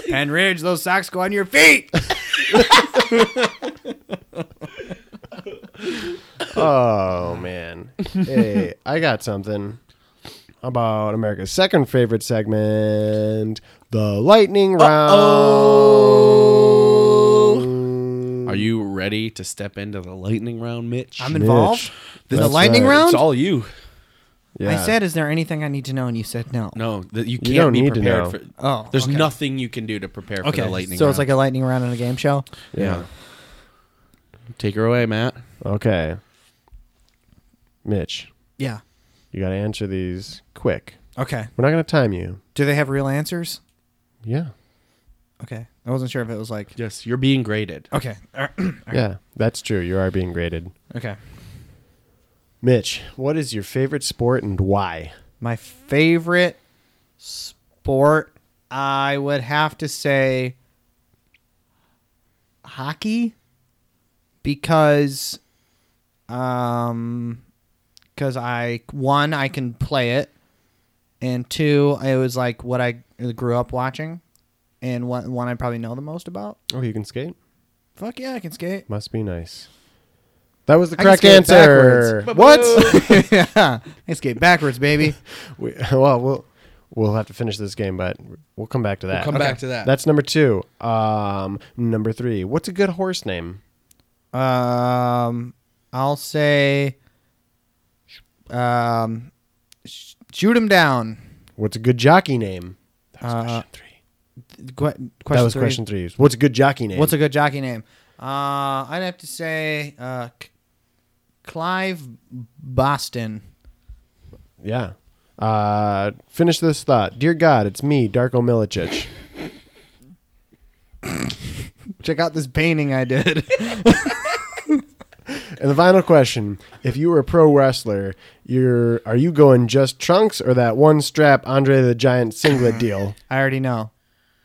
E: Penridge, those socks go on your feet.
B: Oh man. Hey, I got something about America's second favorite segment, the lightning round.
A: Are you ready to step into the lightning round, Mitch?
E: I'm involved.
A: This-
E: the
B: That's
E: lightning
B: right.
E: round?
A: It's all you.
B: Yeah.
E: I said, is there anything I need to know? And you said no.
A: No, that you can't
B: don't
A: be
B: need to
A: prepared
B: know.
A: for.
E: Oh,
A: there's
E: okay.
A: nothing you can do to prepare for the lightning.
E: So
A: round.
E: it's like a lightning round in a game show?
B: Yeah.
A: take her away, Matt.
B: Okay. Mitch,
E: Yeah.
B: you got to answer these quick.
E: Okay.
B: We're not going to time you.
E: Do they have real answers?
B: Yeah.
E: Okay. I wasn't sure if it was like.
A: Yes, you're being graded.
E: Okay.
B: Yeah. That's true. You are being graded.
E: Okay.
B: Mitch, what is your favorite sport and why?
E: My favorite sport, I would have to say hockey because um because I one I can play it and two it was like what I grew up watching and what one I probably know the most about.
B: Oh, you can skate?
E: Fuck yeah, I can skate.
B: Must be nice. That was the
E: I can
B: correct
E: skate
B: answer.
E: backwards.
B: What?
E: yeah, I can skate backwards, baby.
B: We, well, we'll we'll have to finish this game, but we'll come back to that.
A: come back to that.
B: That's number two. Um, number three. What's a good horse name?
E: Um, I'll say, um, sh- shoot him down.
B: What's a good jockey name?
E: Uh,
B: three.
E: que- question
B: that was
E: three.
B: question three. What's a good jockey name?
E: What's a good jockey name? Uh, I'd have to say uh, C- Clive Boston.
B: yeah. Uh, finish this thought. Dear God, it's me, Darko Milicic.
E: Check out this painting I did.
B: and the final question: If you were a pro wrestler, you're are you going just trunks or that one strap Andre the Giant singlet deal?
E: I already know.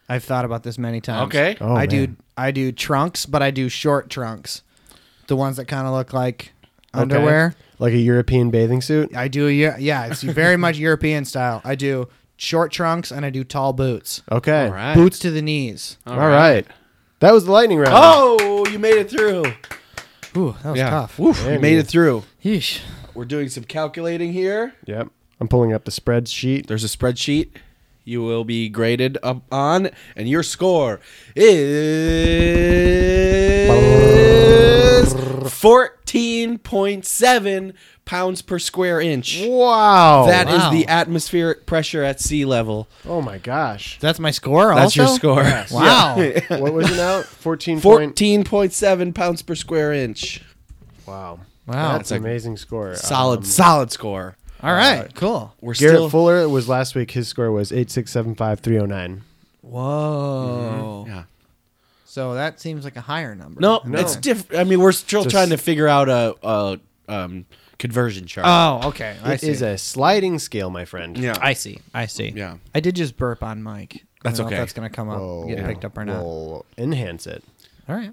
E: I've thought about this many times.
A: Okay.
B: Oh,
E: I do
B: man.
E: I do trunks, but I do short trunks. The ones that kind of look like underwear.
B: Okay. like a European bathing suit.
E: I do yeah, yeah, it's very much European style. I do short trunks and I do tall boots.
B: Okay,
A: All right.
E: Boots to the knees.
B: All right. That was the lightning round.
A: Oh, you made it through.
E: Ooh, that was
A: yeah.
E: tough.
A: Woof,
B: There
A: you made
B: you
A: it through.
E: Yeesh.
A: We're doing some calculating here.
B: Yep. I'm pulling up the spreadsheet.
A: There's a spreadsheet you will be graded up on, and your score is 14.7 pounds per square inch.
B: Wow.
A: That is
E: wow.
A: the atmospheric pressure at sea level.
B: oh my gosh.
E: That's my score
A: That's your
E: also?
A: score.
E: Wow.
B: What was it now? 14 point.
A: 14.7 pounds per square inch.
B: Wow.
E: Wow.
B: That's an amazing score. Um,
A: Solid, solid score.
E: All right, cool.
A: We're
B: Garrett
A: still
B: Fuller was last week. His score was 8675309.
E: Whoa.
A: Yeah.
E: So that seems like a higher number.
A: No, it's different. I mean, we're still
B: Just-
A: trying to figure out a, a um, conversion chart.
E: Oh, okay. I
B: It
E: see.
B: is a sliding scale, my friend.
A: yeah.
E: I see. I see.
A: Yeah.
E: I did just burp on mic. I
A: That's
E: don't know
A: okay.
E: if that's gonna come up,
B: We'll-
E: get picked up or not.
B: Oh, We'll enhance it.
E: All right.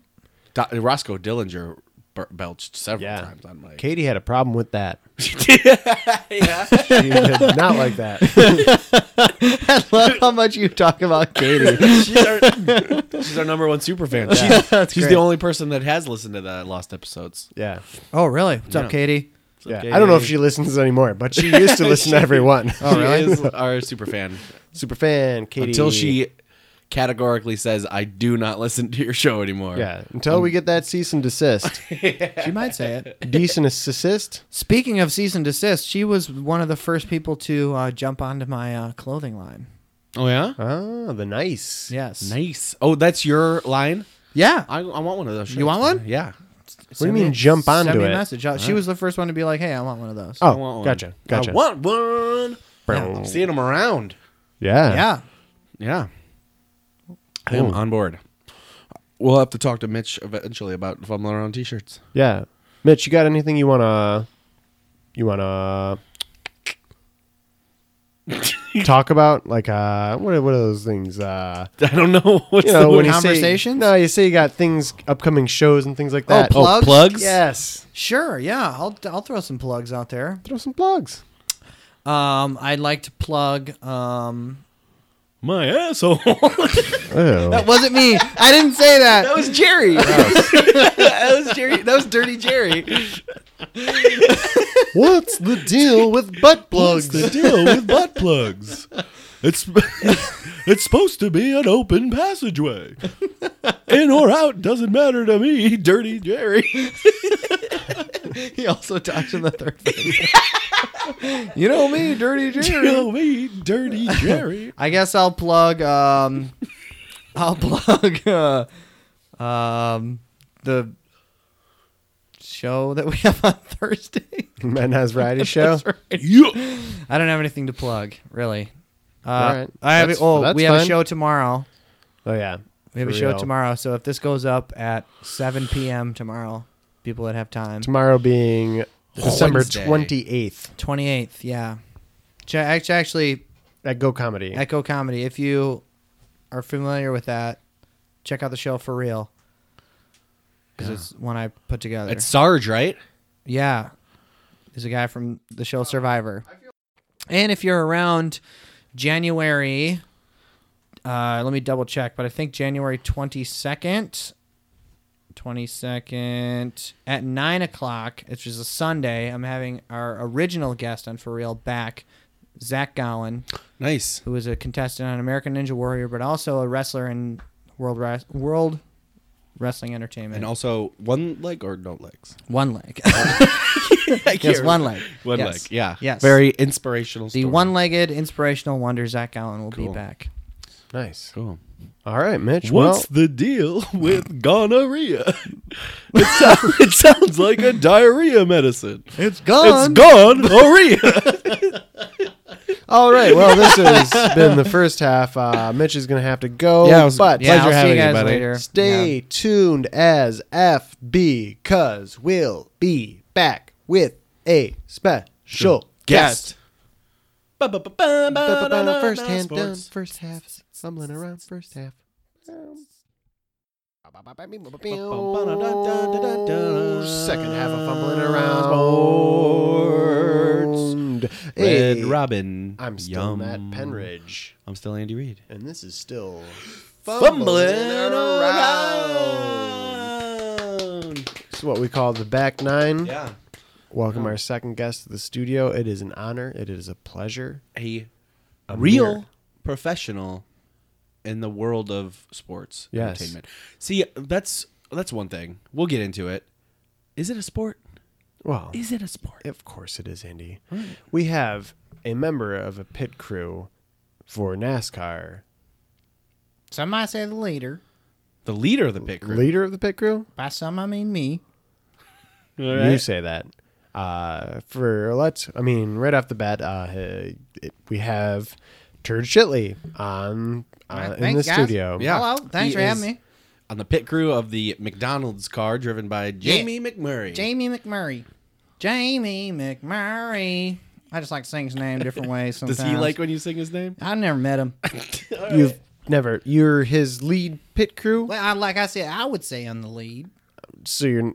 A: Do- Roscoe Dillinger bur- belched several
B: Yeah.
A: times on my.
B: Katie had a problem with that.
A: yeah.
B: She did not like that.
E: Love how much you talk about Katie.
A: she's, our, she's our number one super fan. She's, she's
E: great.
A: the only person that has listened to the lost episodes.
B: Yeah.
E: oh, really? What's
A: Yeah.
E: up, Katie? Oh,
B: yeah. I don't know if she listens anymore, but she used to listen to everyone.
A: she is our super fan
B: Super fan, Katie.
A: until she categorically says, "I do not listen to your show anymore."
B: Yeah. Until we get that cease and desist.
E: She might say it.
B: Decent assist.
E: Speaking of cease and desist, she was one of the first people to uh, jump onto my uh, clothing line.
A: Oh yeah.
B: Oh, the nice.
E: Yes.
A: Nice. Oh, that's your line.
E: Yeah.
A: I, I want one of those. Shirts.
E: You want one?
A: Yeah.
B: What do you mean jump onto
E: Send me a
B: it?
E: message. Uh, She was the first one to be like, "Hey, I want one of those."
B: Oh,
A: I want one.
B: gotcha. Gotcha.
A: I want one.
B: Brown.
A: I'm seeing them around.
B: Yeah.
E: yeah.
A: Yeah. I am on board. We'll have to talk to Mitch eventually about fumbling around t-shirts.
B: Yeah. Mitch, you got anything you wanna you wanna talk about? Like uh what are, what are those things? Uh
A: I don't know what's
B: you know,
A: the
B: when
A: word.
B: you say-
E: Conversations?
B: no, you say you got things upcoming shows and things like that.
E: Oh, plugs?
A: plugs?
B: Yes.
E: Sure. Yeah. I'll I'll throw some plugs out there.
B: Throw some plugs.
E: Um, I'd like to plug. Um,
A: My asshole. that
B: Oh.
E: wasn't me. I didn't say that.
A: was Jerry.
E: Oh.
A: that was Jerry. That was Dirty Jerry.
B: What's the deal with butt plugs?
A: deal with butt plugs? It's it's supposed to be an open passageway. In or out doesn't matter to me, Dirty Jerry.
E: He also talks in the third person. you know me, Dirty Jerry.
A: me, Dirty Jerry.
E: I guess I'll plug. Um, I'll plug. Uh, um, the show that we have on Thursday.
B: Men has variety show.
A: yeah.
E: I don't have anything to plug, really. Uh,
B: All right.
E: I have.
B: That's-
E: oh,
B: that's
E: we have a
B: fine.
E: show tomorrow.
B: Oh yeah.
E: We have
B: For
E: a show
B: real.
E: tomorrow. So if this goes up at 7 p.m. tomorrow, people that have time.
B: Tomorrow being December
A: Wednesday.
B: twenty eighth
E: 28th, yeah. Ch- act- Actually,
B: at Go Comedy.
E: Echo Comedy. If you are familiar with that, check out the show for real. Because it's one I put together.
A: It's Sarge, right?
E: yeah. There's a guy from the show Survivor. And if you're around January, uh, let me double check, but I think January 22nd. 22nd at 9 o'clock, which is a Sunday. I'm having our original guest on For Real back, Zach Gowan
A: Nice.
E: who was a contestant on American Ninja Warrior, but also a wrestler in World Res- World Wrestling Entertainment.
A: And also one leg or no legs?
E: one leg. yes, one leg.
A: One
E: Yes.
A: leg. Yeah.
E: Yes.
A: Very inspirational.
E: The
A: story.
E: one-legged inspirational wonder Zach Allen will
A: Cool.
E: be back.
B: Nice.
A: Cool.
B: All right, Mitch.
A: What's the deal with gonorrhea? it, sou- it sounds like a diarrhea medicine.
C: It's
A: It's
C: gone.
A: gonorrhea.
B: well, all right. Well, this has been the first half. Uh, Mitch is going to have to go.
A: Yeah, it was-
B: but
C: yeah,
A: Pleasure
C: I'll see
A: having
C: you
A: you,
C: guys
A: buddy.
C: later.
B: stay tuned as FB, because we'll be back with a special guest. First hand done, first half, fumbling around, first half. Second half of fumbling around sports.
A: Red
B: Hey,
A: Robin.
B: I'm still
A: Yum.
B: Matt Penridge,
A: I'm still Andy Reid.
B: and this is still It's what we call the back nine.
A: Yeah.
B: Welcome our second guest to the studio. It is an honor. It is a pleasure.
A: A,
B: A
A: real
B: mere-
A: professional in the world of sports
B: Yes.
A: entertainment. See, that's that's one thing. We'll get into it. Is it a sport?
B: Well,
A: Is it a sport?
B: Of course it is, Andy. We have a member of a pit crew for NASCAR.
C: Some might say the leader.
A: The leader of the pit crew.
B: Leader of the pit crew?
C: By some, I mean me.
A: All
B: You
A: right.
B: say that. Uh, for let's, I mean, right off the bat, uh, it, we have Turd Shitley on uh, in the
C: Thanks, guys.
B: studio.
A: Yeah.
C: Hello. Thanks
A: He
C: for having
A: is
C: me.
A: On the pit crew of the McDonald's car driven by Jamie McMurray.
C: Jamie McMurray. Jamie McMurray. I just like to sing his name different ways sometimes.
A: Does he like when you sing his name?
C: I never met him.
B: You've never. You're his lead pit crew.
C: Well, I, like I said, I would say I'm the lead.
B: So you're.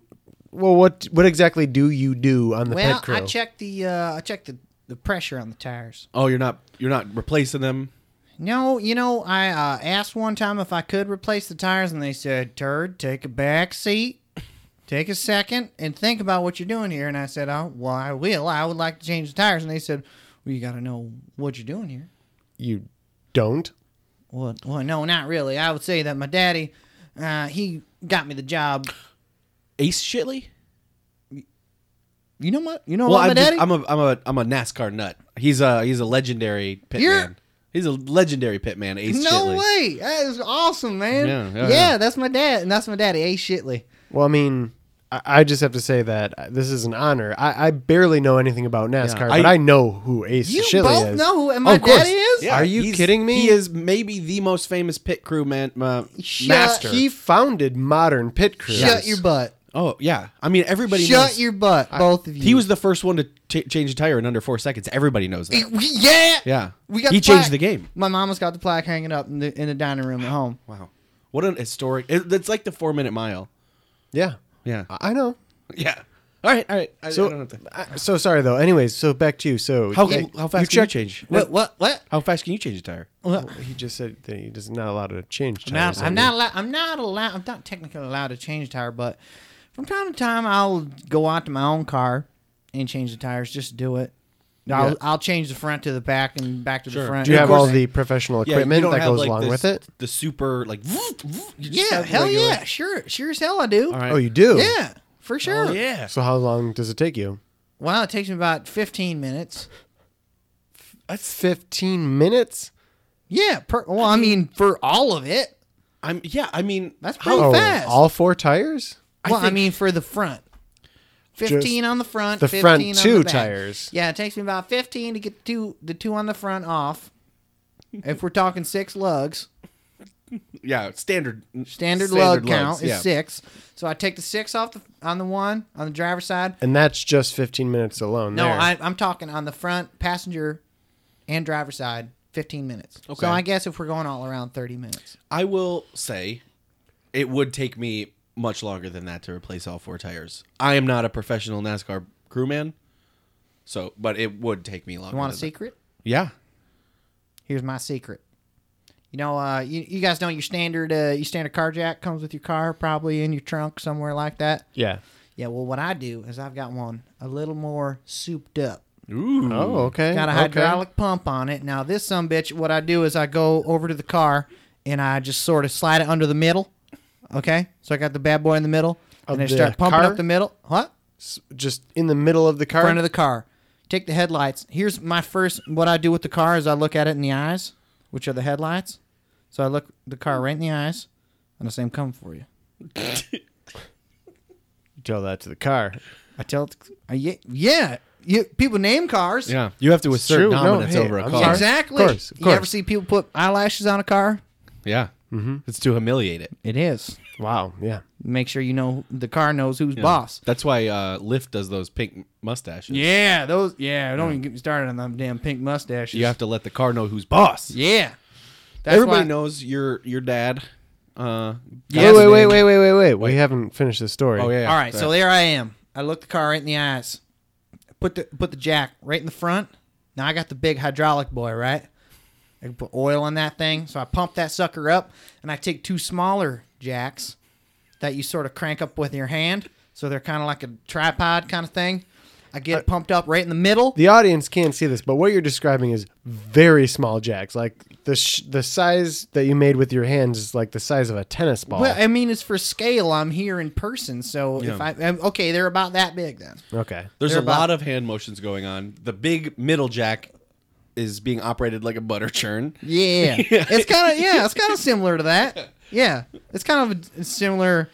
B: Well, what what exactly do you do on the
C: well,
B: pit crew?
C: I checked the uh, I checked the, the pressure on the tires.
A: Oh, you're not you're not replacing them.
C: No, you know, I uh, asked one time if I could replace the tires, and they said, "Turd, take a back seat, take a second, and think about what you're doing here." And I said, "Oh, well, I will. I would like to change the tires." And they said, "Well, you got to know what you're doing here."
B: you don't.
C: Well, well, no, not really. I would say that my daddy, uh, he got me the job.
A: Ace Shitley?
C: You know what? You know
A: Well,
C: what, my
A: I'm,
C: daddy?
A: just, I'm a I'm a I'm a NASCAR nut. He's a he's a legendary pitman.
C: You're-
A: He's a legendary pitman. Ace
C: no
A: Shitley.
C: way! That is awesome, man.
A: Yeah,
C: Yeah,
A: yeah, yeah.
C: that's my dad, and that's my daddy, Ace Shitley.
B: Well, I mean, I, I just have to say that uh, this is an honor. I, I barely know anything about NASCAR, but
A: I-
B: I know who Ace
C: You
B: Shiley
C: both
B: is.
C: know who and my
B: Of course.
C: daddy is?
A: Oh, Yeah,
B: Are you
A: he's-
B: kidding me?
A: He is maybe the most famous pit crew man uh,
C: Shut-
A: master.
B: He founded modern pit crew.
C: Shut your butt.
A: oh yeah, I mean everybody.
C: Shut
A: knows,
C: your butt, both of you.
A: He was the first one to t- change a tire in under four seconds. Everybody knows that.
C: yeah.
A: Yeah.
C: We got
A: He
C: the
A: changed
C: plaque.
A: the game.
C: My mama's got the plaque hanging up in the in the dining room at home.
A: Wow, what an historic! It, it's like the four minute mile.
B: Yeah.
A: Yeah,
B: I I know.
A: yeah. All right, all right. I, I don't
B: So,
A: have to-
B: I, so sorry though. Anyways, so back to you. So
A: how
B: Yeah,
A: how
B: you
A: fast can you
B: checked-
A: change?
C: What? What? What?
A: How fast can you change a tire?
C: what?
B: He just said that he does not allowed to change.
C: I'm not,
B: tires,
C: I'm
B: Andy.
C: not allowed. I'm not allowed. I'm not technically allowed to change a tire, but from time to time, I'll go out to my own car and change the tires. Just do it. I'll,
B: Yeah.
C: I'll change the front to the back and back to
A: Sure.
C: the front.
B: Do you
C: Of
B: have
C: course-
B: all the professional
A: you
B: equipment
A: don't
B: that
A: have,
B: goes
A: like,
B: along
A: this-
B: with it?
A: The super like. vroom, vroom. You just
C: Yeah,
A: have
C: hell
A: regular-
C: yeah, sure, sure as hell I do.
A: All right. Oh,
B: Oh, you do.
C: Yeah, for sure.
A: yeah.
B: So how long does it take you?
C: Wow, it takes me about 15 minutes.
B: Fifteen minutes.
C: Yeah, per, well, I mean, for all of it,
A: I'm yeah. I mean,
C: that's
A: how-
C: pretty fast.
B: all four tires.
C: well, I,
A: think-
C: mean, for the front. 15 on the front,
B: the
C: 15
B: front
C: on
B: two
C: the back.
B: tires.
C: Yeah, it takes me about 15 to get two the two on the front off. if we're talking six lugs,
A: yeah. Standard
C: standard, lug
A: standard
C: count
A: lugs,
C: is
A: yeah.
C: six. So I take the six off the on the one on the driver's side.
B: And that's just 15 minutes alone.
C: No,
B: there.
C: I, I'm talking on the front passenger and driver's side, 15 minutes.
A: Okay.
C: So I guess if we're going all around 30 minutes.
A: I will say, it would take me much longer than that to replace all four tires. I am not a professional NASCAR crewman, so but it would take me longer.
C: You want a
A: than that.
C: secret?
A: Yeah.
C: Here's my secret. You know, uh, you, you guys know your standard uh, your standard car jack comes with your car, probably in your trunk somewhere like that.
B: Yeah.
C: Yeah. Well, what I do is I've got one a little more souped up.
A: Ooh.
B: Oh, okay.
C: Got a
B: okay.
C: hydraulic pump on it. Now this some bitch, what I do is I go over to the car and I just sort of slide it under the middle. Okay, so I got the bad boy in the middle,
B: Of
C: and I
B: the
C: start pumping
B: car?
C: up the middle. What?
B: S- Just in the middle of the car.
C: front of the car. Take the headlights. Here's my first. What I do with the car is I look at it in the eyes, which are the headlights. So I look the car right in the eyes, and I say, "I'm coming for you."
B: You tell that to the car.
C: I tell, it, I, yeah, yeah. You, people name cars.
A: Yeah, you have to assert
B: true. No,
A: dominance
B: hey,
A: over a
B: I'm
A: car.
B: sorry.
C: Exactly.
B: Of course, of
C: You ever
B: course.
C: see people put eyelashes on a car?
A: Yeah, mm-hmm. it's to humiliate it.
C: It is.
B: Wow. Yeah.
C: Make sure you know the car knows who's boss.
A: That's why uh, Lyft does those pink mustaches.
C: Yeah, those. Yeah, don't even get me started on them damn pink mustaches.
A: you have to let the car know who's boss.
C: Yeah, that's
A: Everybody
C: why-
A: knows your your dad. Uh,
C: Yes,
B: wait, wait,
C: man.
B: wait, wait, wait, wait, We haven't finished this story.
A: Oh yeah.
C: All right, so there I am. I look the car right in the eyes. Put the put the jack right in the front. Now I got the big hydraulic boy, right? I can put oil on that thing, so I pump that sucker up, and I take two smaller jacks that you sort of crank up with your hand, so they're kind of like a tripod kind of thing. I get it
A: Uh,
C: pumped up right in the middle.
B: The audience can't see this, but what you're describing is very small jacks, like the sh- the size that you made with your hands is like the size of a tennis ball.
C: Well, I mean, it's for scale. I'm here in person, so if
A: Yeah.
C: I um, okay, they're about that big then.
B: okay.
A: There's
C: They're
A: a
C: about-
A: lot of hand motions going on. The big middle jack is being operated like a butter churn.
C: Yeah, it's kind of yeah, it's kind of similar to that. Yeah, it's kind of a similar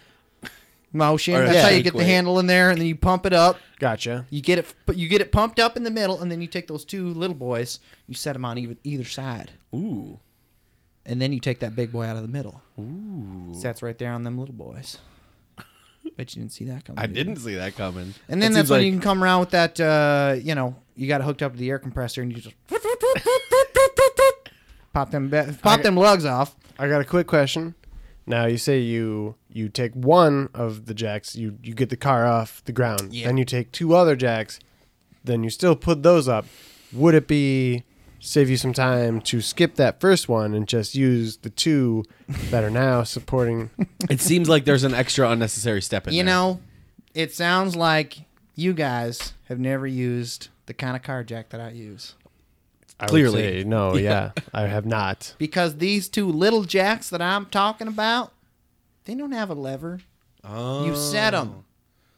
C: motion.
A: Or a
C: That's how you
A: shake
C: get the
A: weight.
C: handle in there, and then you pump it up.
B: Gotcha.
C: You get it, but you get it pumped up in the middle, and then you take those two little boys, you set them on even either side,
A: Ooh.
C: and then you take that big boy out of the middle. Ooh, sets right there on them little boys. Bet you didn't see that coming.
A: I
C: did you?
A: didn't see that coming.
C: And then
A: That
C: that's
A: seems
C: when
A: like-
C: you can come around with that. Uh, you know, you got it hooked up to the air compressor, and you just pop them ba- pop them lugs off.
B: I got a quick question. Now you say you you take one of the jacks, you you get the car off the ground, then you take two other jacks, then you still put those up. Would it be save you some time to skip that first one and just use the two that are now supporting?
A: it seems like there's an extra unnecessary step in
C: You
A: there.
C: know, it sounds like you guys have never used the kind of car jack that I use
B: I would
A: Clearly.
B: say no. Yeah, I have not.
C: because these two little jacks that I'm talking about, they don't have a lever.
A: Oh.
C: You set them.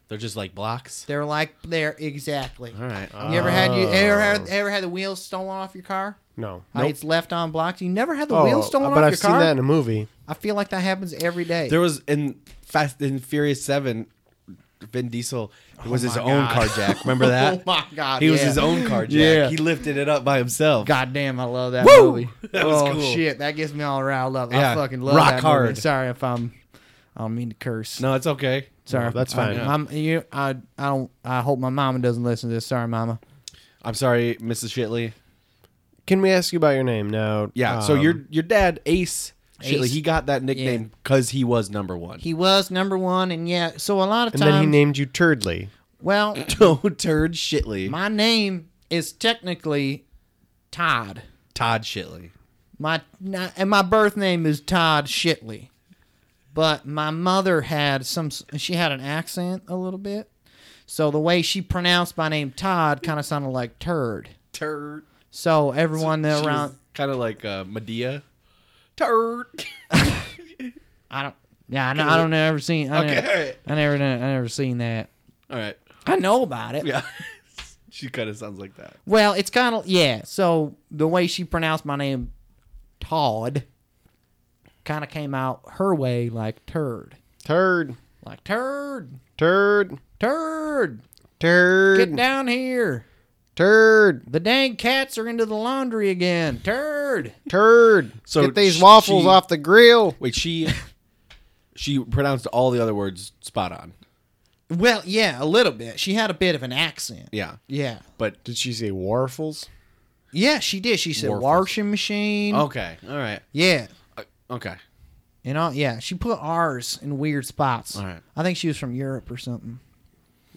A: They're just like blocks.
C: They're like they're exactly.
A: All right. Oh.
C: You ever had you ever had ever had the wheels stolen off your car?
B: No.
C: How It's left on blocks. You never had the
B: Oh,
C: wheels stolen
B: but
C: off
B: I've
C: your
B: seen
C: car.
B: that in a movie.
C: I feel like that happens every day.
A: There was in Fast and Furious Seven, Vin Diesel it was his
C: my
A: own car
C: God.
A: jack. Remember that?
C: Oh my God,
A: He was
C: yeah.
A: his own car jack.
B: Yeah.
A: He lifted it up by himself.
C: God damn, I love that movie.
A: That was
C: oh
A: cool.
C: shit, that gets me all riled up.
A: Yeah.
C: I fucking love
A: Rock
C: that
A: hard.
C: movie. Sorry if I'm. I don't mean to curse.
A: No, it's okay.
C: Sorry,
B: No, that's fine.
C: I, am you. I. I don't. I hope my mama doesn't listen to this. Sorry, mama.
A: I'm sorry, Mrs. Shitley.
B: Can we ask you about your name now?
A: Yeah. so
B: um,
A: your your dad Ace, Shitley,
C: Ace.
A: he got that nickname because he was number one.
C: He was number one, and yeah. So a lot of
B: and then he
C: times,
B: named you Turdley.
C: well,
A: no turd Shitley.
C: my name is technically Todd.
A: Todd Shitley.
C: My not- and my birth name is Todd Shitley, but my mother had some. She had an accent a little bit, so the way she pronounced my name Todd kind of sounded like turd.
A: Turd.
C: So everyone that around,
A: Kind of like uh, Medea. Turd.
C: I don't. Yeah, I, don't- I don't ever seen. I,
A: Okay,
C: never,
A: all right.
C: I never, I never seen that.
A: All right.
C: I know about it.
A: Yeah. she kind of sounds like that.
C: Well, it's kind of yeah. So the way she pronounced my name, Todd, kind of came out her way like turd,
B: Turd.
C: like turd,
B: Turd.
C: turd. Get
B: Turd.
C: down here.
B: Turd.
C: The dang cats are into the laundry again. Turd.
B: Turd.
A: So
B: Get these
A: sh-
B: waffles
A: she-
B: off the grill.
A: Wait, she she pronounced all the other words spot on.
C: Well, yeah, a little bit. She had a bit of an accent.
A: Yeah.
C: Yeah.
A: But
B: Did she say waffles?
C: Yeah, she did. She said
A: Warfels.
C: washing machine.
A: okay. All right.
C: Yeah.
A: Uh, Okay.
C: You know, yeah, she put R's in weird spots.
A: All right.
C: I think she was from Europe or something.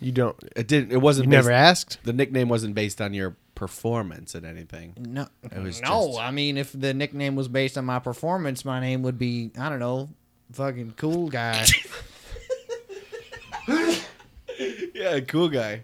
B: You don't.
A: It didn't it wasn't
B: You
A: based,
B: never asked.
A: the nickname wasn't based on your performance in anything.
C: No,
A: was
C: no.
A: just-
C: I mean, if the nickname was based on my performance, my name would be I don't know, fucking cool guy.
A: Yeah, cool guy.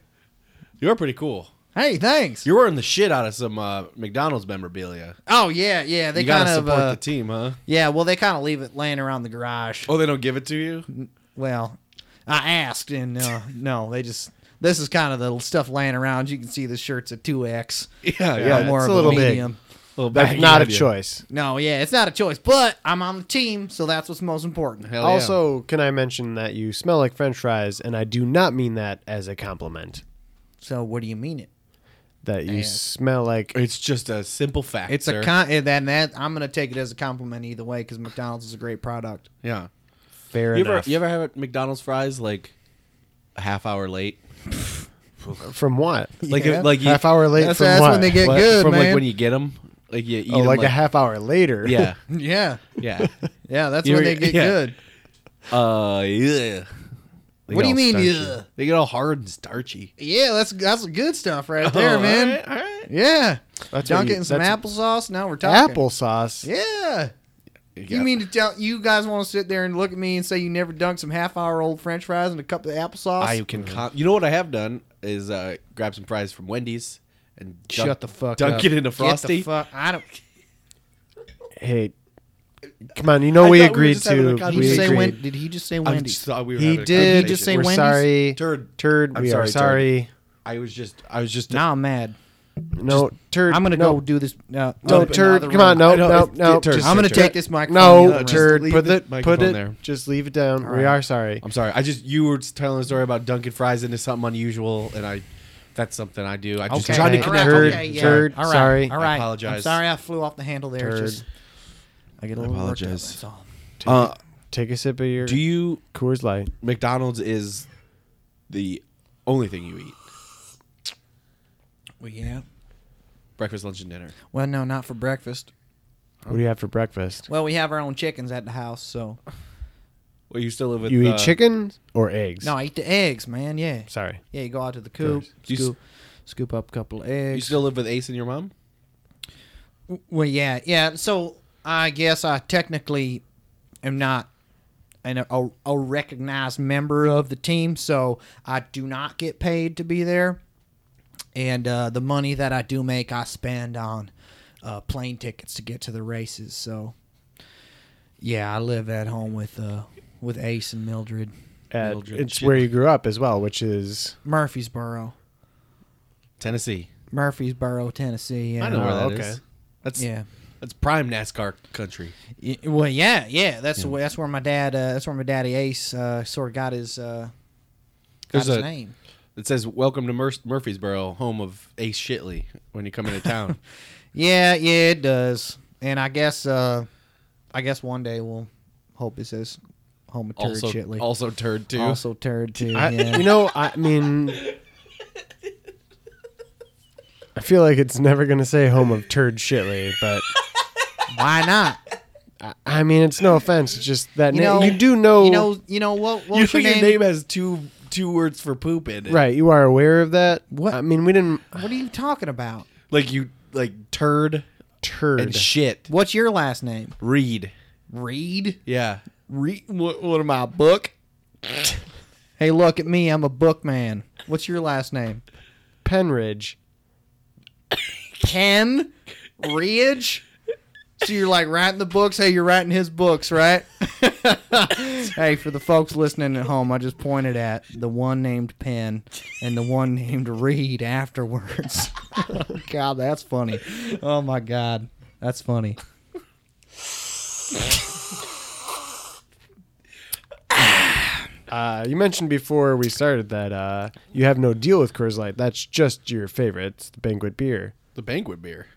A: You were pretty cool.
C: hey, thanks.
A: You're wearing the shit out of some uh, McDonald's memorabilia.
C: oh yeah, yeah. They
A: you gotta
C: kind of
A: support
C: uh,
A: the team, huh?
C: yeah. Well, they kind of leave it laying around the garage.
A: Oh, they don't give it to you?
C: Well, I asked, and uh, no, they just. This is kind of the stuff laying around. You can see the shirt's a two X. Uh,
A: Yeah, yeah.
C: more
B: it's
C: of
B: a
C: a,
B: little big.
C: medium.
A: Little
B: That's
A: baggy
B: not a
A: idea.
B: choice.
C: No, yeah, it's not a choice, but I'm on the team, so that's what's most important.
A: Hell yeah.
B: also, can I mention that you smell like French fries, and I do not mean that as a compliment.
C: So what do you mean it?
B: That you smell like
A: it's just a simple fact.
C: It's
A: sir.
C: a con. and Then that I'm gonna take it as a compliment either way because McDonald's is a great product.
A: yeah.
B: fair
A: You ever
B: enough.
A: you ever have McDonald's fries like a half hour late?
B: From what?
A: Like
C: Yeah.
A: like you,
B: half hour late.
C: That's-
B: from
C: that's
B: what?
C: when they get
A: what-
C: good,
A: from
C: man.
A: like when you get them. Like you eat
B: Oh,
A: 'em,
B: like,
A: like,
B: a half hour later.
A: Yeah,
C: Yeah,
A: yeah.
C: yeah, that's
A: You're-
C: when they get
A: yeah.
C: good.
A: uh, yeah.
C: What do you mean, yeah?
A: Yeah. They get all hard and starchy.
C: Yeah, that's that's good stuff right there, man.
A: Oh, All right.
C: Yeah,
B: That's
C: John
B: what you-
C: getting some
B: that's-
C: applesauce. Now we're talking
B: applesauce.
C: Yeah. You
A: got-
C: mean to tell you guys want to sit there and look at me and say you never dunked some half hour old French fries and a cup of applesauce?
A: I can. Con- you know what I have done is uh, grab some fries from Wendy's and
C: Shut
A: dunk-
C: the fuck
A: dunk
C: up.
A: it into
C: uh, Get the
A: frosty.
C: fuck- I don't.
B: Hey, come on. You know we
A: thought we were
B: agreed
A: just having a
B: to.
A: conversation.
C: Did
B: We agreed.
A: just
C: he say when? Did he just say
A: I
C: Wendy's?
A: just thought we were
B: He
A: having a
B: did.
C: He just say
A: conversation.
B: We're
C: Wendy's?
B: sorry,
A: Turd.
B: turd.
A: I'm
B: we are
A: sorry, turd.
B: sorry.
A: I was just. I was just.
C: Now I'm mad.
B: No, turd.
C: I'm gonna
B: no,
C: go do this.
E: uh,
C: No,
B: No,
C: up in the
B: turd.
C: other
B: Come on.
C: room.
B: No,
A: I know,
B: no,
A: it's-
B: no.
A: it's turd.
B: just-
C: I'm gonna
A: Turd.
C: take this microphone.
B: No,
C: the other room.
B: turd.
A: leave
B: Put
A: the
B: it. Put
A: microphone
B: it.
A: there.
B: Just leave it down.
C: All
B: We
C: right.
B: are sorry.
A: I'm sorry. I just. You were telling a story about dunking fries into something unusual, and I. That's something I do. I just
C: Okay.
A: trying to
B: Hey,
A: connect.
B: Turd.
A: with you.
B: yeah. turd,
C: All right.
B: sorry.
C: All right.
A: I apologize.
C: I'm sorry I flew off the handle there. It's
B: Turd.
C: Just, I get a little
A: apologize.
C: worked up, that's all.
B: Take,
A: Uh,
B: take a sip of your
A: do you?
B: Coors Light.
A: McDonald's is the only thing you eat.
C: Well, yeah.
A: Breakfast, lunch, and dinner.
C: Well, no, not for breakfast.
B: What do you have for breakfast?
C: Well, we have our own chickens at the house, so
A: Well, you still live with.
B: You
A: uh,
B: eat chicken or eggs?
C: no, I eat the eggs, man. Yeah.
B: Sorry.
C: Yeah, you go out to the coop,
A: Do you s-
C: scoop, scoop up a couple of eggs.
A: You still live with Ace and your mom.
C: Well, yeah, yeah. So I guess I technically am not an, a, a recognized member of the team, so I do not get paid to be there. And uh, the money that I do make, I spend on uh, plane tickets to get to the races. So, yeah, I live at home with uh, with Ace and Mildred
B: At-
A: Mildred
B: it's
A: chicken.
B: where you grew up as well, which is
C: Murfreesboro,
A: Tennessee.
C: Murfreesboro, Tennessee. Yeah.
A: I know where
B: Oh,
A: that is.
B: okay.
A: That's
C: Yeah.
A: That's prime NASCAR country.
C: Y- Well, yeah, yeah. That's the way. That's where my dad. Uh, that's where my daddy Ace uh, sort of got his uh, got
A: There's
C: his
A: a-
C: name.
A: It says, "Welcome to Mur- Murfreesboro, home of Ace Shitley." When you come into town,
C: Yeah, yeah, it does. And I guess, uh, I guess one day we'll hope it says home of turd
A: also
C: Chitley. Also,
A: also turd too.
C: turd too.
B: I,
C: yeah.
B: You know, I mean, I feel like it's never going to say home of turd shitley, but
C: Why not?
B: I mean, it's no offense. It's just that
C: You
B: you,
C: know-
B: you do know,
C: You know, you know what? What
A: you
C: was
A: know
C: your
A: your
C: name?
A: name has two two words for poop in it,
B: right? You are aware of that.
C: What-
B: I mean, we didn't
C: What are you talking about?
A: Like you like turd
B: turd.
A: and shit.
C: What's your last name?
A: Read,
C: Reed.
A: yeah.
C: Reed. What, what am I? A book. hey, look at me. I'm a book man. What's your last name?
B: Penridge.
C: Pen Ridge. So you're like writing the books. Hey, you're writing his books, right? hey, for the folks listening at home, I just pointed at the one named Penn and the one named Reed afterwards. god, that's funny. Oh my god, that's funny.
B: Uh, you mentioned before we started that uh, you have no deal with Coors Light. That's just your favorite. It's the banquet beer.
A: The banquet beer.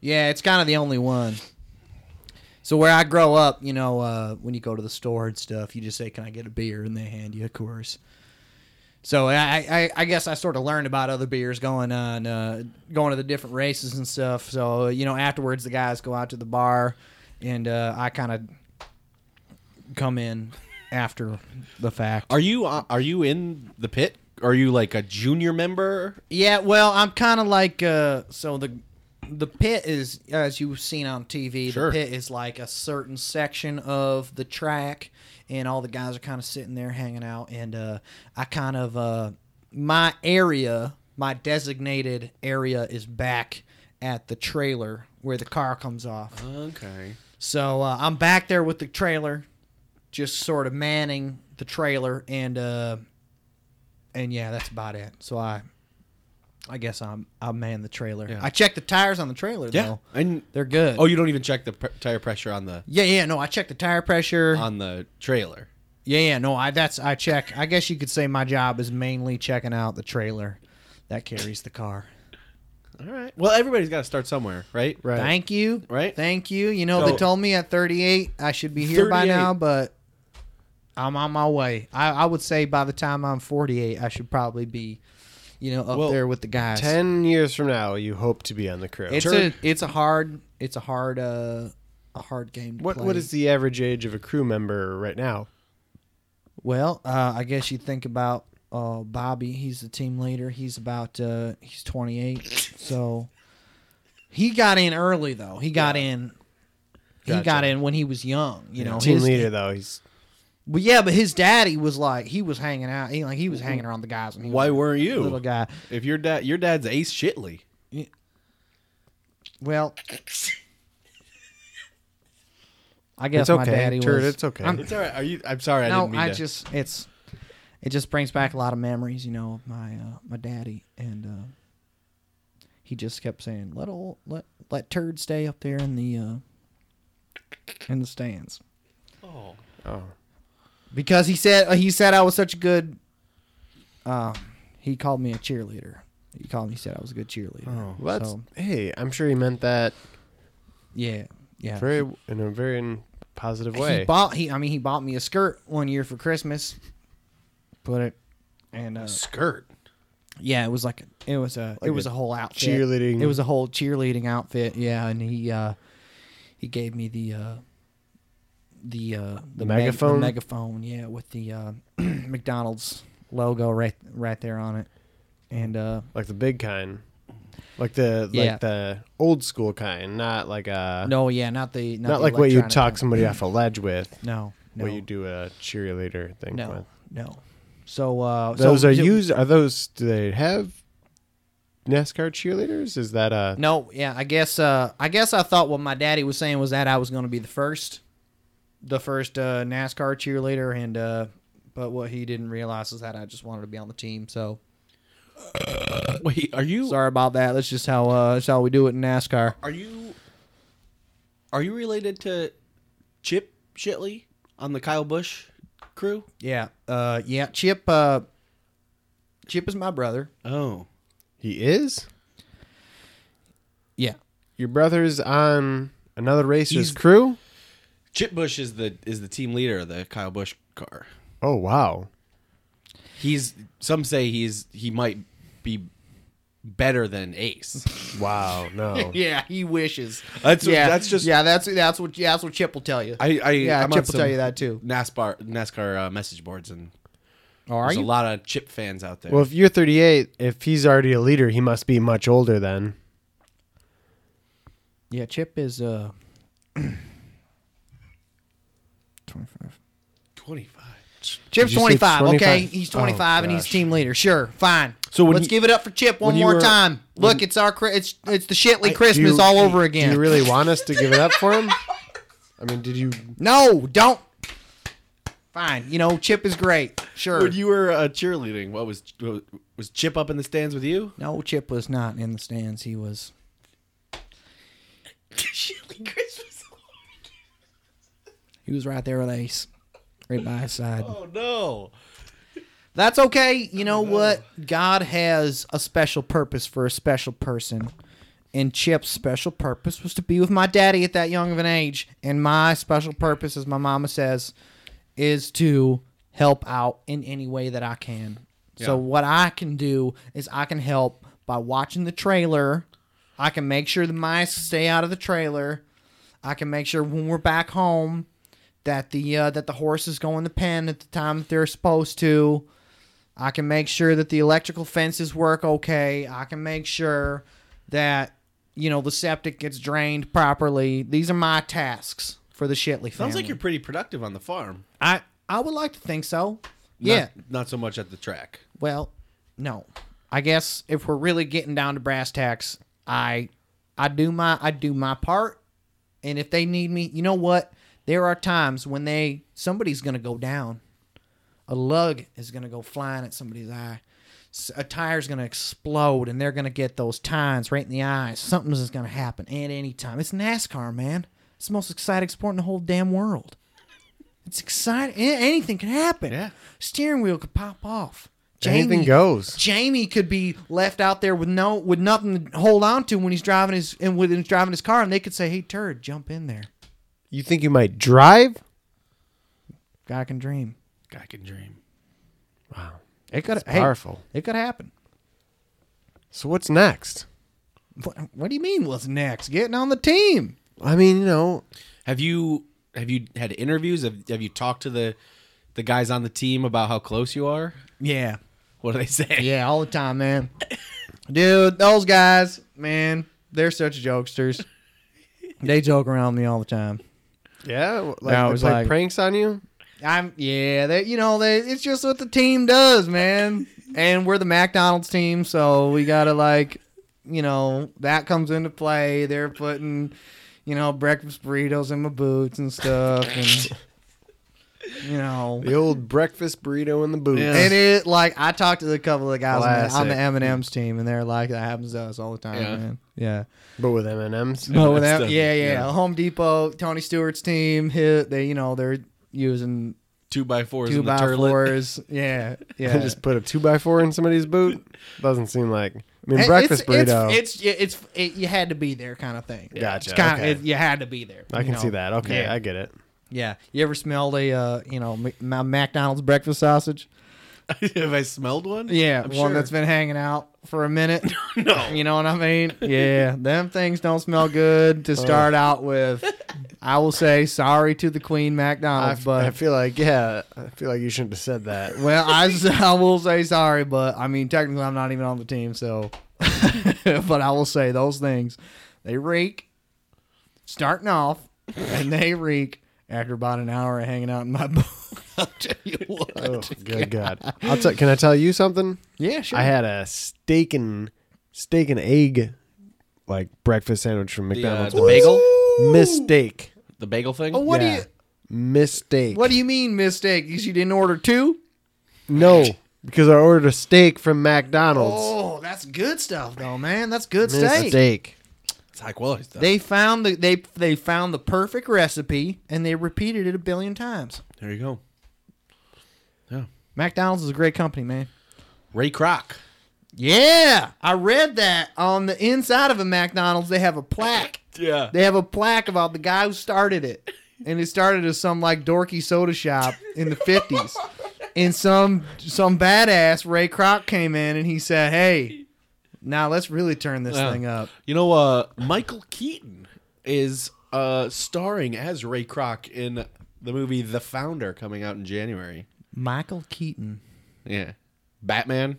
C: Yeah, it's kind of the only one. So where I grow up, you know, uh, when you go to the store and stuff, you just say, "Can I get a beer?" and they hand you a Coors. So I, I, I guess I sort of learned about other beers going on, uh, going to the different races and stuff. So you know, afterwards the guys go out to the bar, and uh, I kind of come in after the fact.
A: Are you uh, are you in the pit? Are you like a junior member?
C: Yeah, well, I'm kind of like uh, so the the pit is as you've seen on TV.
A: Sure.
C: The pit is like a certain section of the track, and all the guys are kind of sitting there hanging out. And uh, I kind of uh, my area, my designated area, is back at the trailer where the car comes off.
A: Okay.
C: So uh, I'm back there with the trailer, just sort of manning the trailer, and uh, and yeah, that's about it. So I I guess I'm I'll man the trailer.
A: Yeah.
C: I checked the tires on the trailer
A: Yeah,
C: though.
A: and
C: They're good.
A: oh, you don't even check the pr- tire pressure on the
C: yeah, yeah, no, I checked the tire pressure.
A: on the trailer.
C: yeah, yeah, no, I that's I check. I guess you could say my job is mainly checking out the trailer that carries the car.
A: All right. Well, everybody's got to start somewhere, right?
B: Right.
C: Thank you.
A: Right.
C: Thank you. You know,
A: So-
C: they told me at 38 I should be here by
A: 38.
C: now, but I'm on my way. I, I would say by the time I'm 48, I should probably be, you know, up
A: Well,
C: there with the guys.
B: Ten years from now, you hope to be on the crew.
C: it's
B: Turn-
C: a it's a hard it's a hard uh a hard game. To
B: what
C: play.
B: What is the average age of a crew member right now?
C: Well, uh, I guess you think about uh, Bobby. He's the team leader. He's about uh, he's 28, so he got in early though. He got in. He got
B: Gotcha.
C: in when he was young. You know,
B: team
C: his-
B: leader though. He's
C: But yeah, but his daddy was like he was hanging out. He like he was hanging around the guys. When he
A: Why
C: was
A: weren't
C: a little
A: you?
C: guy?
A: If your dad, your dad's Ace Shitley.
C: Well, I guess
B: It's
C: my
B: okay,
C: daddy
B: turd,
C: was.
B: it's okay.
C: I'm-
A: It's all right. Are you? I'm sorry. I didn't
C: no,
A: mean
C: I
A: to.
C: just it's it just brings back a lot of memories, you know, of my uh, my daddy and uh, he just kept saying, "Let old, let let turd stay up there in the uh, in the stands."
B: oh
C: Because he said uh, he said I was such a good uh, he called me a cheerleader. He called me he said I was a good cheerleader.
B: oh. Well, that's
C: So,
B: hey. I'm sure he meant that
C: yeah. Yeah.
B: very in a very positive
C: He
B: way.
C: bought he I mean he bought me a skirt one year for Christmas. Put it and uh,
A: skirt.
C: Yeah, it was like it was a it was
B: a
C: a whole outfit.
B: cheerleading-
C: It was a whole cheerleading outfit. Yeah, and he uh he gave me the uh the uh the, meg-
B: megaphone?
C: the megaphone, yeah, with the uh McDonald's logo right right there on it. And uh
B: like the big kind, like the
C: Yeah.
B: like the old school kind, not like a
C: no, yeah, not the not,
B: not,
C: the
B: like what you
C: electronic
B: talk
C: one.
B: somebody off a ledge with,
C: No, no.
B: what you do a cheerleader thing
C: No.
B: with.
C: No. So uh
B: Those
C: so,
B: are
C: so-
B: used. Are those? Do they have NASCAR cheerleaders? Is that a
C: No, yeah, I guess uh I guess I thought what my daddy was saying was that I was going to be the first the first uh NASCAR cheerleader and uh but what he didn't realize is that I just wanted to be on the team. So
A: Wait, are you?
C: sorry about that. That's just how uh that's how we do it in NASCAR.
A: Are you? Are you related to Chip Shitley on the Kyle Bush crew?
C: Yeah. Uh yeah, Chip uh Chip is my brother.
A: Oh,
B: he is?
C: Yeah.
B: Your brother's on another racer's
A: He's-
B: crew.
A: Chip Bush is the is the team leader of the Kyle Bush car.
B: Oh wow!
A: He's some say he's he might be better than Ace.
B: Wow! No.
C: Yeah, he wishes.
A: That's
C: yeah,
A: that's just
C: Yeah, that's that's what yeah, that's what Chip will tell you.
A: I, I
C: yeah,
A: I'm on
C: Chip will
A: some
C: tell you that too.
A: NASCAR NASCAR uh, message boards and
C: Oh, Are
A: there's a lot of Chip fans out there.
B: Well, if you're 38, if he's already a leader, he must be much older then.
C: Yeah, Chip is uh 25.
A: 25.
C: Chip's
B: Did you say
C: 25, okay?
B: 25?
C: He's
B: Oh,
C: 25 and he's
B: gosh.
C: team leader. Sure, fine.
A: So
C: So
A: when
C: let's
A: you-
C: give it up for Chip one
A: when you
C: more
A: were-
C: time. Look, it's our Chri- it's it's the Shitley Christmas
B: Do you-
C: all over
B: Do
C: again.
B: you really want us to give it up for him? I mean, did you?
C: no, don't. Fine, you know Chip is great. Sure.
A: When you were uh, cheerleading, what was was Chip up in the stands with you?
C: no, Chip was not in the stands. He was. He was right there with Ace, right by his side.
A: Oh no.
C: That's okay. You know what? God has a special purpose for a special person. And Chip's special purpose was to be with my daddy at that young of an age. And my special purpose, as my mama says, is to help out in any way that I can. So,
A: Yeah.
C: what I can do is I can help by watching the trailer. I can make sure the mice stay out of the trailer. I can make sure when we're back home that the uh, that the horses go in the pen at the time that they're supposed to. I can make sure that the electrical fences work okay. I can make sure that you know the septic gets drained properly. These are my tasks for the Shitley family.
A: Sounds like you're pretty productive on the farm.
C: I I would like to think so.
A: Not-
C: Yeah.
A: Not so much at the track.
C: Well, no. I guess if we're really getting down to brass tacks, I I do my I do my part. And if they need me, you know what? There are times when they somebody's gonna go down. A lug is gonna go flying at somebody's eye. s- a tire's going to explode and they're going to get those tines right in the eyes. Something's is going to happen at any time. It's NASCAR, man. It's the most exciting sport in the whole damn world. It's exciting. A- Anything can happen.
A: Yeah.
C: Steering wheel could pop off.
B: Anything goes.
C: Jamie could be left out there with no with nothing to hold on to when he's driving his and when he's driving his car, and they could say, "Hey, turd, jump in there.
B: You think you might drive?
C: Guy can dream.
A: Guy can dream.
B: It got
C: hey.
B: powerful.
C: It could happen."
B: So what's next?
C: What, what do you mean? What's next? Getting on the team.
B: I mean, you know,
A: Have you have you had interviews? Have, have you talked to the the guys on the team about how close you are?
C: Yeah.
A: What do they say?
C: Yeah, all the time, man. Dude, those guys, man, they're such jokesters. They joke around me all the time.
B: yeah, w- like
C: No, it
B: they
C: was
B: play
C: like-
B: pranks on you.
C: I'm yeah, they you know, they it's just what the team does, man. and we're the McDonald's team, so we gotta like you know, that comes into play. They're putting, you know, breakfast burritos in my boots and stuff and you know
B: The old breakfast burrito in the booth.
A: Yeah.
C: and it like I talked to a couple of guys on the-
B: Classic.
C: on the M&M's team and they're like that happens to us all the time,
A: Yeah.
C: man. Yeah.
B: But with M and M's.
C: Oh, with
A: That's
C: that,
A: the-
C: yeah, yeah,
A: yeah.
C: Home Depot, Tony Stewart's team, hit they, you know, they're using
A: Two by fours
C: two
A: in the
C: by
A: turlet.
C: fours. Yeah, yeah.
B: I just put a two by four in somebody's boot. Doesn't seem like. I mean,
C: It-
B: breakfast
C: it's, it's-
B: burrito.
C: It's it's, it, you had to be there kind of thing.
B: Gotcha,
C: It's kind
B: okay.
C: of, it, you had to be there.
B: I
C: you
B: can
C: know?
B: see that. Okay,
C: Yeah.
B: I get it.
C: Yeah. You ever smelled a uh, you know Mc- Ma- McDonald's breakfast sausage?
A: have I smelled one?
C: Yeah,
A: I'm
C: one
A: sure. Uh,
C: that's been hanging out for a minute.
A: no.
C: You know what I mean? Yeah, them things don't smell good to start out with. I will say sorry to the Queen
B: I,
C: McDonald's,
B: f-
C: but
B: I feel like yeah, I feel like you shouldn't have said that.
C: Well, I, s- I will say sorry, but I mean, technically, I'm not even on the team, so. but I will say those things, they reek starting off, and they reek after about an hour of hanging out in my boat. I'll tell you what.
B: Oh, good God! I'll tell can I tell you something?
C: Yeah, sure.
B: I had a steak and steak and egg like breakfast sandwich from
A: The, uh,
B: McDonald's.
A: the
B: once.
A: bagel,
B: mistake.
A: the bagel thing.
C: Oh, what
B: yeah.
C: do you
B: mistake?
C: What do you mean mistake? You you didn't order two?
B: No, because I ordered a steak from McDonald's.
C: Oh, that's good stuff, though, man. That's good
A: Oh,
B: mistake.
C: steak.
A: It's high quality stuff.
C: They found the they they found the perfect recipe, and they repeated it a billion times.
A: there you go. Yeah.
C: McDonald's is a great company, man.
A: Ray Kroc.
C: Yeah, I read that on the inside of a McDonald's. They have a plaque.
A: Yeah.
C: They have a plaque about the guy who started it, and it started as some like dorky soda shop in the fifties. And some some badass Ray Kroc came in and he said, "Hey, now let's really turn this
A: Yeah.
C: thing up."
A: You know, uh, Michael Keaton is uh, starring as Ray Kroc in the movie The Founder coming out in January.
C: Michael Keaton.
A: Yeah. Batman.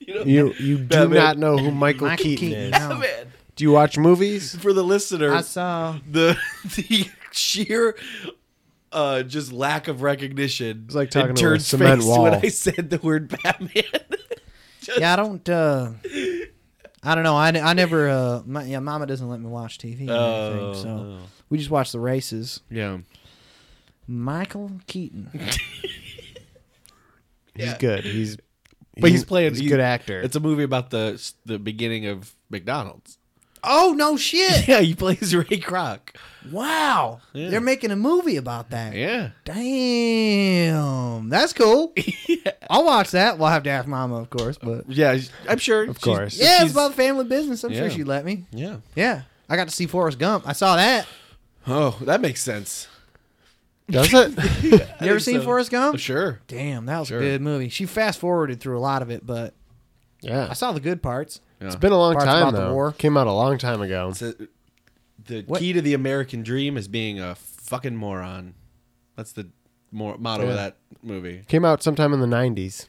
B: You you do
A: Batman.
B: not know who Michael,
C: Michael
B: Keaton,
C: Keaton.
B: is.
C: no.
B: Do you watch movies?
A: For the listener,
C: I saw.
A: the the sheer uh, just lack of recognition. It's
B: like talking to a cement
A: when
B: wall.
A: I said the word Batman.
C: Yeah, I don't. uh I don't know. I, I never. Uh, my, yeah, Mama doesn't let me watch TV. Or
A: Oh,
C: anything, so
A: oh.
C: we just watch the races.
A: yeah.
C: Michael Keaton.
B: He's good. He's
A: But he's playing-
B: He's a
A: he-
B: good actor.
A: It's a movie about the the beginning of McDonald's.
C: Oh no shit!
A: Yeah, he plays Ray Kroc.
C: Wow,
A: Yeah.
C: they're making a movie about that.
A: Yeah.
C: Damn, that's cool. I'll watch that. We'll have to ask Mama, of course, but
A: Yeah, I'm sure.
B: Of course.
C: yeah, it's about family business. I'm
A: Yeah.
C: sure she let me.
A: Yeah.
C: Yeah, I got to see Forrest Gump. I saw that.
A: Oh, that makes sense.
B: Does it?
C: You ever
A: think
C: seen
A: so. Oh,
C: Forrest Gump?
A: Sure.
C: Damn, that was
A: Sure.
C: a good movie. She fast forwarded through a lot of it, but
B: yeah.
C: I saw the good parts.
B: It's been a long
C: Parts
B: time
C: about the
B: though.
C: war.
B: Came out a long time ago.
A: It's a- the
C: What?
A: key to the American dream is being a fucking moron. That's the mor- motto
B: Yeah.
A: of that movie.
B: Came out sometime in the '90s.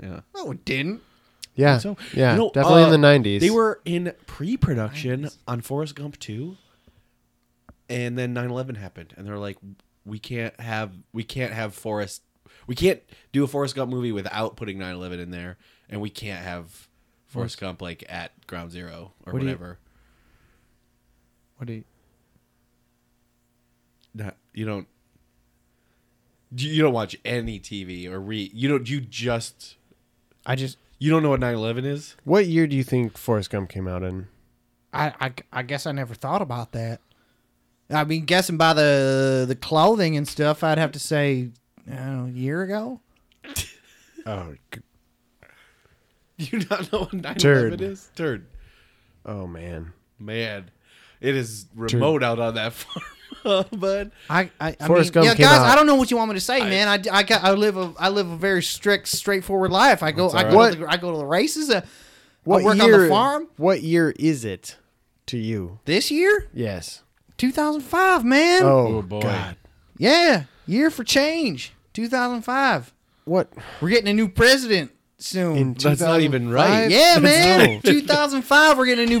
A: Yeah.
C: No, it didn't.
B: Yeah,
A: So
B: yeah,
A: you know,
B: definitely
A: uh,
B: in the '90s.
A: They were in pre-production on Forrest Gump 2 and then 9/11 happened and they're like we can't have we can't have Forrest we can't do a Forrest Gump movie without putting 9/11 in there and we can't have Forrest Gump like at ground zero or
C: What do you-
A: whatever.
C: What do you?
A: Not, you don't Do you you don't watch any TV or read. You don't. You just.
C: I just
A: You don't know what 9/11 is.
B: What year do you think Forrest Gump came out in?
C: I, I, I guess I never thought about that. I mean, guessing by the the clothing and stuff, I'd have to say I don't know, a year ago.
B: Oh, g-
A: Do you not know what 9/11
B: Turd.
A: is? Turd.
B: oh man.
A: Man, it is remote out on that farm, bud.
C: I I, I
B: Forrest Gump
C: mean, yeah,
B: came
C: guys,
B: out-
C: I don't know what you want me to say, man. I, I, got, I live a I live a very strict, straightforward life. I go I
B: all
C: go
B: right.
C: to the, I go to the races. Uh,
B: What
C: I work
B: year,
C: on the farm
B: What year is it to you?
C: this year,
B: Yes.
C: 2005, man.
B: Oh,
A: Oh, boy.
B: God.
C: Yeah, year for change, 2005.
B: What?
C: We're getting a new president soon.
B: In
A: That's not even right.
C: yeah, man.
B: No.
C: 2005, we're getting a new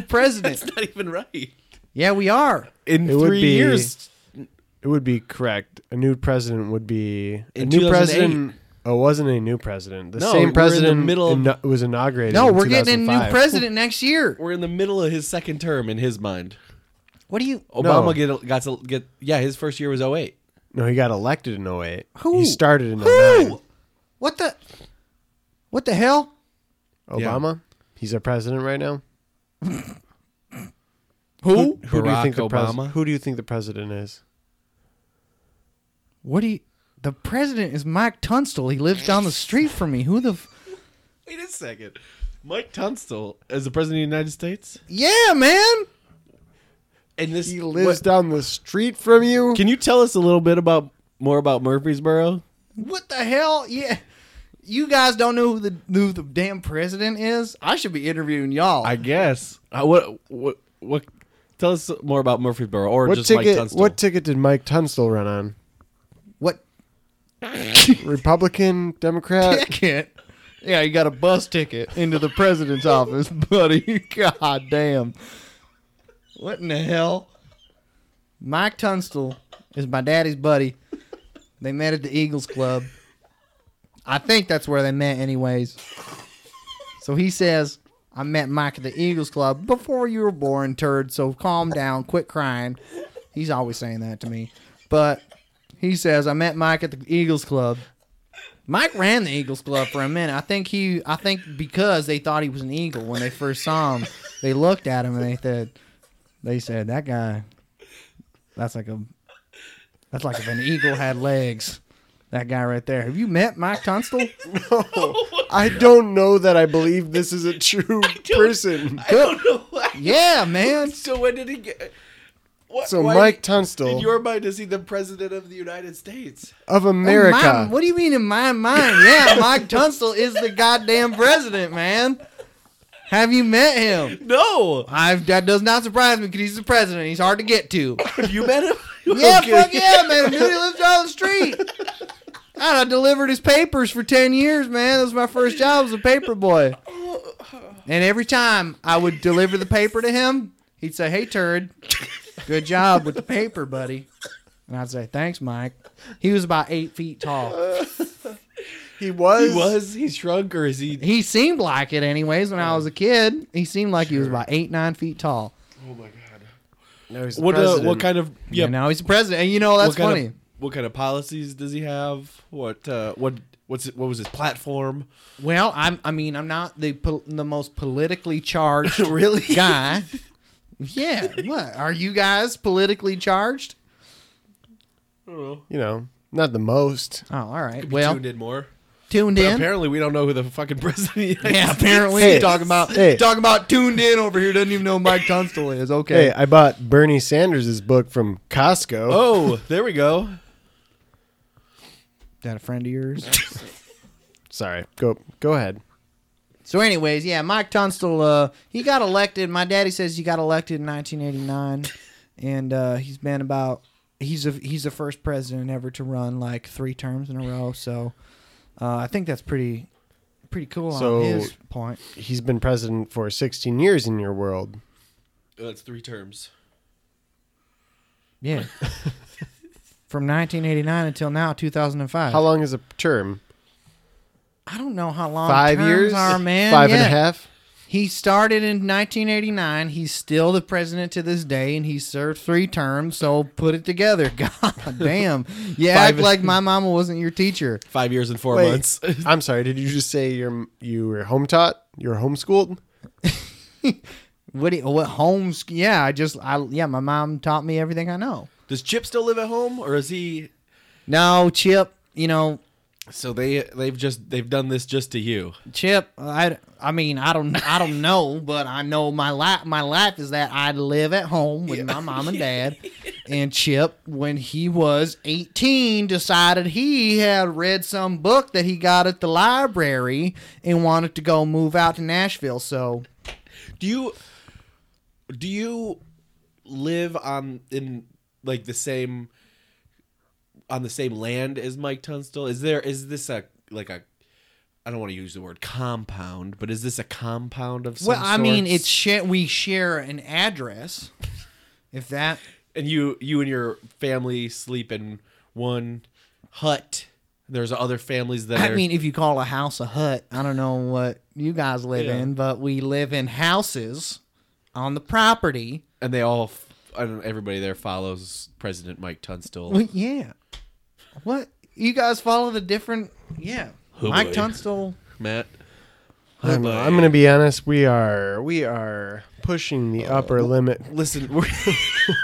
C: president.
A: That's not even right.
C: Yeah, we are.
A: In
B: It would
A: three
B: be-
A: years,
B: It would be correct. A new president would be a
A: In
B: new
A: 2008.
B: president. Oh, it wasn't a new president. The
A: No, we're in
B: same
A: the
B: president
A: middle of-
B: ino- was inaugurated.
C: No,
B: in
C: we're getting a new
B: 2005.
C: president next year.
A: we're in the middle of his second term in his mind.
C: What do you?
A: Obama get, got to get. Yeah, his first year was 08.
B: No, he got elected in 08.
C: Who?
B: He started in 09.
C: Who? What the? What the hell?
B: Obama. He's our president right now.
C: Who?
B: Who do you
A: Barack
B: think the pres-
A: Obama?
B: Who do you think the president is?
C: What do you? The president is Mike Tunstall. He lives down the street from me. Who the? F-
A: Wait a second. Mike Tunstall is the president of the United States,
C: yeah, man.
A: and this
B: He lives down the street from you.
A: Can you tell us a little bit about more about Murfreesboro?
C: What the hell? Yeah. You guys don't know who the who the damn president is. I should be interviewing y'all.
A: I guess. I, Uh, what what what? Tell us more about Murfreesboro or
B: what
A: just Mike
B: ticket?
A: Tunstall.
B: What ticket did Mike Tunstall run on?
C: what
B: Republican, Democrat.
C: ticket? Yeah, you got a bus ticket into the president's office, buddy. God damn. What in the hell? Mike Tunstall is my daddy's buddy. They met at the Eagles Club. I think that's where they met, anyways. So he says, I met Mike at the Eagles Club before you were born, turd. So calm down, quit crying. He's always saying that to me. But he says, I met Mike at the Eagles Club. Mike ran the Eagles Club for a minute. I think he, I think because they thought he was an Eagle when they first saw him, they looked at him and they said, they said that guy, that's like a, that's like if an eagle had legs. That guy right there. Have you met Mike Tunstall?
B: I don't know that I believe this is a true person.
A: I don't know. Why.
C: Yeah, man.
A: So when did he get? What,
B: So
A: why-
B: Mike Tunstall
A: in your mind, is he the president of the United States?
B: of
C: Oh,
B: America.
C: my- what do you mean in my mind? Yeah, Mike Tunstall is the goddamn president, man. Have you met him?
A: No,
C: I that does not surprise me because he's the president. He's hard to get to.
A: have you met him?
C: Yeah,
A: Okay.
C: fuck yeah, man. Dude, he lives down the street. And I delivered his papers for ten years, man. That was my first job as a paper boy. And every time I would deliver the paper to him, he'd say, "Hey, turd, good job with the paper, buddy." And I'd say, "Thanks, Mike." He was about eight feet tall.
B: he was.
A: He was he shrunk or is he?
C: He seemed like it, anyways. When I was a kid, he seemed like he was about eight, nine feet tall.
B: No, he's the
A: What uh,
B: president.
A: what kind of yeah?
C: And now he's the president. And you know that's
A: what kind
C: funny.
A: Of, what kind of policies does he have? What uh, what what's what was his platform?
C: Well, I'm. I mean, I'm not the pol- the most politically charged really guy. Yeah. What are you guys politically charged?
B: You know, not the most.
C: Oh, all right. Well,
A: tuned
C: tuned in.
A: in more. Apparently, we don't know who the fucking president. Is.
C: yeah, apparently
B: Hey,
C: he's talking about
B: hey.
C: talking about tuned in over here. Doesn't even know who Mike Tunstall is. Okay.
B: Hey, I bought Bernie Sanders' book from Costco.
A: Oh, there we go.
C: Is that a friend of yours?
B: Sorry. Go go ahead.
C: So, anyways, yeah, Mike Tunstall, uh, he got elected. My daddy says he got elected in 1989, and uh, he's been about he's a, he's the first president ever to run like three terms in a row. So, uh, I think that's pretty pretty cool
B: So-
C: on his point.
B: He's been president for 16 years in your world.
A: Oh, that's three terms.
C: Yeah, from 1989 until now, 2005.
B: How long is a term?
C: I don't know how long
B: Five
C: terms
B: years?
C: are, man.
B: Five
C: yeah.
B: and a half?
C: He started in 1989. He's still the president to this day, and he served three terms. So put it together. God damn. You act
A: Five-
C: like my mama wasn't your teacher.
A: Five years and four
B: Wait,
A: months.
B: I'm sorry. Did you just say you're you were home taught? You were homeschooled?
C: What? Do you, what homes? Yeah, I just. I yeah. My mom taught me everything I know.
A: Does Chip still live at home, or is he?
C: No, Chip. You know,
A: So they they've just they've done this just to you.
C: Chip. I. I mean, I don't. I don't know, but I know my life. My life is that I live at home with my mom and dad. and Chip, when he was 18, decided he had read some book that he got at the library and wanted to go move out to Nashville. So
A: Do you do you live on in like the same on the same land as Mike Tunstall? Is there is this a like a I don't want to use the word compound, but is this a compound of some
C: well, I mean,
A: sorts?
C: it's share, we share an address. If that
A: and you you and your family sleep in one hut. There's other families that
C: I
A: are
C: mean, if you call a house a hut, I don't know what you guys live
A: Yeah.
C: in, but we live in houses on the property.
A: and they all f- I don't know, everybody there follows President Mike Tunstall.
C: Well, yeah. What? You guys follow the different. Yeah.
A: Oh,
C: Mike
A: boy.
C: Tunstall.
A: Matt,
B: I don't know. I'm gonna be honest. We are we are pushing the
A: Oh.
B: upper limit.
A: listen. We're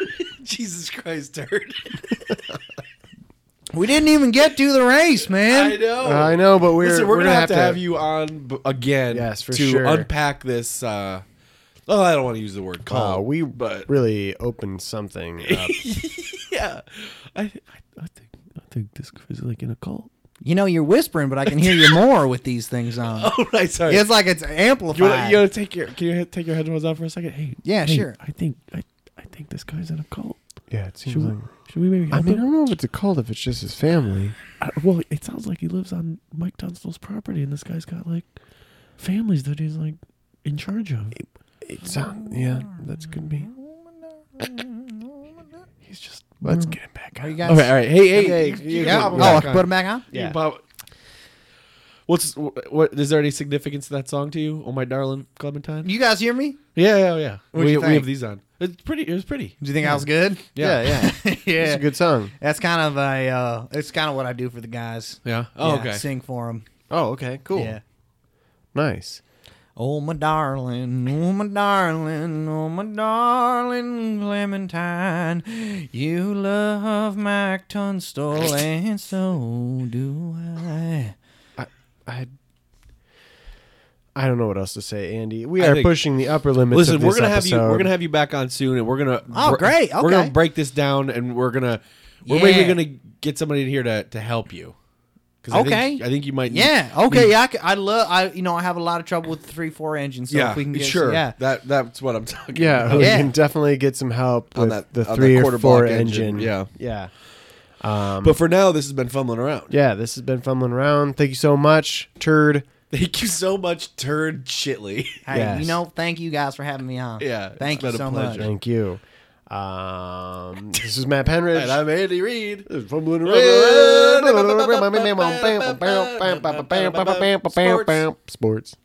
A: Jesus Christ, turd.
C: We didn't even get to the race, man.
A: I know.
B: I know, but Uh, we're
A: Oh. Listen, we're, gonna, have, to have you on b- again.
B: Yes, for
A: to
B: sure.
A: unpack this. uh Oh, I don't want to use the word call.
B: Wow, Oh, we
A: but
B: really opened something up.
A: yeah,
B: Oh.
A: I,
D: I think I think this is like in a cult.
C: You know, you're whispering, but I can hear you more with these things on.
A: oh right, sorry.
C: It's like it's
D: You wanna,
C: amplified.
D: you wanna take your can you he- take your headphones off for a second? Hey,
C: Yeah,
D: hey,
C: sure.
D: I think I, I think this guy's in a cult.
B: yeah, it seems
D: Should
B: like.
D: we, should we maybe?
B: I
D: Help
B: mean, I
D: him?
B: don't know if it's a cult if it's just his family.
D: I, well, it sounds like he lives on Mike Dunstall's property, and this guy's got like families that he's like in charge of.
B: It's on, yeah, that could be.
D: He's just
B: Let's get him back
C: Are
B: out.
C: you guys?
A: all right, all right. Hey, hey,
B: Hey,
A: you- you
B: yeah.
A: pop
C: Oh,
A: it
C: I
A: back
C: can
A: on.
C: put him back on.
A: You
B: Yeah.
A: pop it. What's wh- what? Is there any significance to that song to you? Oh my darling Clementine.
C: You guys hear me?
A: Yeah, yeah, yeah.
C: What'd
A: We,
C: you
A: we
C: think?
A: have these on. It's pretty. It was pretty.
C: Do you think I was good?
B: Yeah, yeah. It's
C: yeah.
B: a good song.
C: That's kind of a. Uh, it's kind of what I do for the guys.
A: Yeah. Oh,
C: Yeah,
A: okay.
C: Sing for them.
B: Oh, okay, cool.
C: Yeah.
B: Nice.
C: Oh my darling, oh my darling, oh my darling Clementine, you love Mike Tunstall and so do I.
B: I I don't know what else to say, Andy. We
A: I
B: are
A: think-
B: pushing the upper limits.
A: Listen,
B: of
A: we're
B: this
A: gonna have
B: episode.
A: you. We're gonna have you back on soon, and we're gonna.
C: Oh,
A: we're-
C: great,
A: We're
C: okay.
A: gonna break this down, and we're gonna. We're
C: Yeah.
A: maybe gonna get somebody in here to to help you. 'Cause I think- I
C: Okay.
A: think, you might. need-
C: Yeah, okay, yeah, I, c- I love, I you know, I have a lot of trouble with the three four engine, so
A: yeah.
C: if we can get
A: sure.
C: yeah,
A: That that's what I'm talking.
B: Yeah,
A: about.
B: we
C: Yeah.
B: can definitely get some help
A: Oh, On
B: with
A: that-
B: the
A: on that
B: three or
A: quarter
B: four
A: block
B: engine.
A: engine, yeah.
B: yeah, um,
A: But for now, this has been fumbling around.
B: yeah. This has been fumbling around. Thank you so much, Turd.
A: Thank you so much, Turd Chitley.
C: hey, you
B: Yes.
C: know, thank you guys for having me on.
A: Yeah, it's
C: thank you
A: been a
C: so
A: pleasure.
C: much.
B: Thank you. Um, this is Matt Penridge.
A: and I'm Andy Reid.
B: Fumbling around. Sports.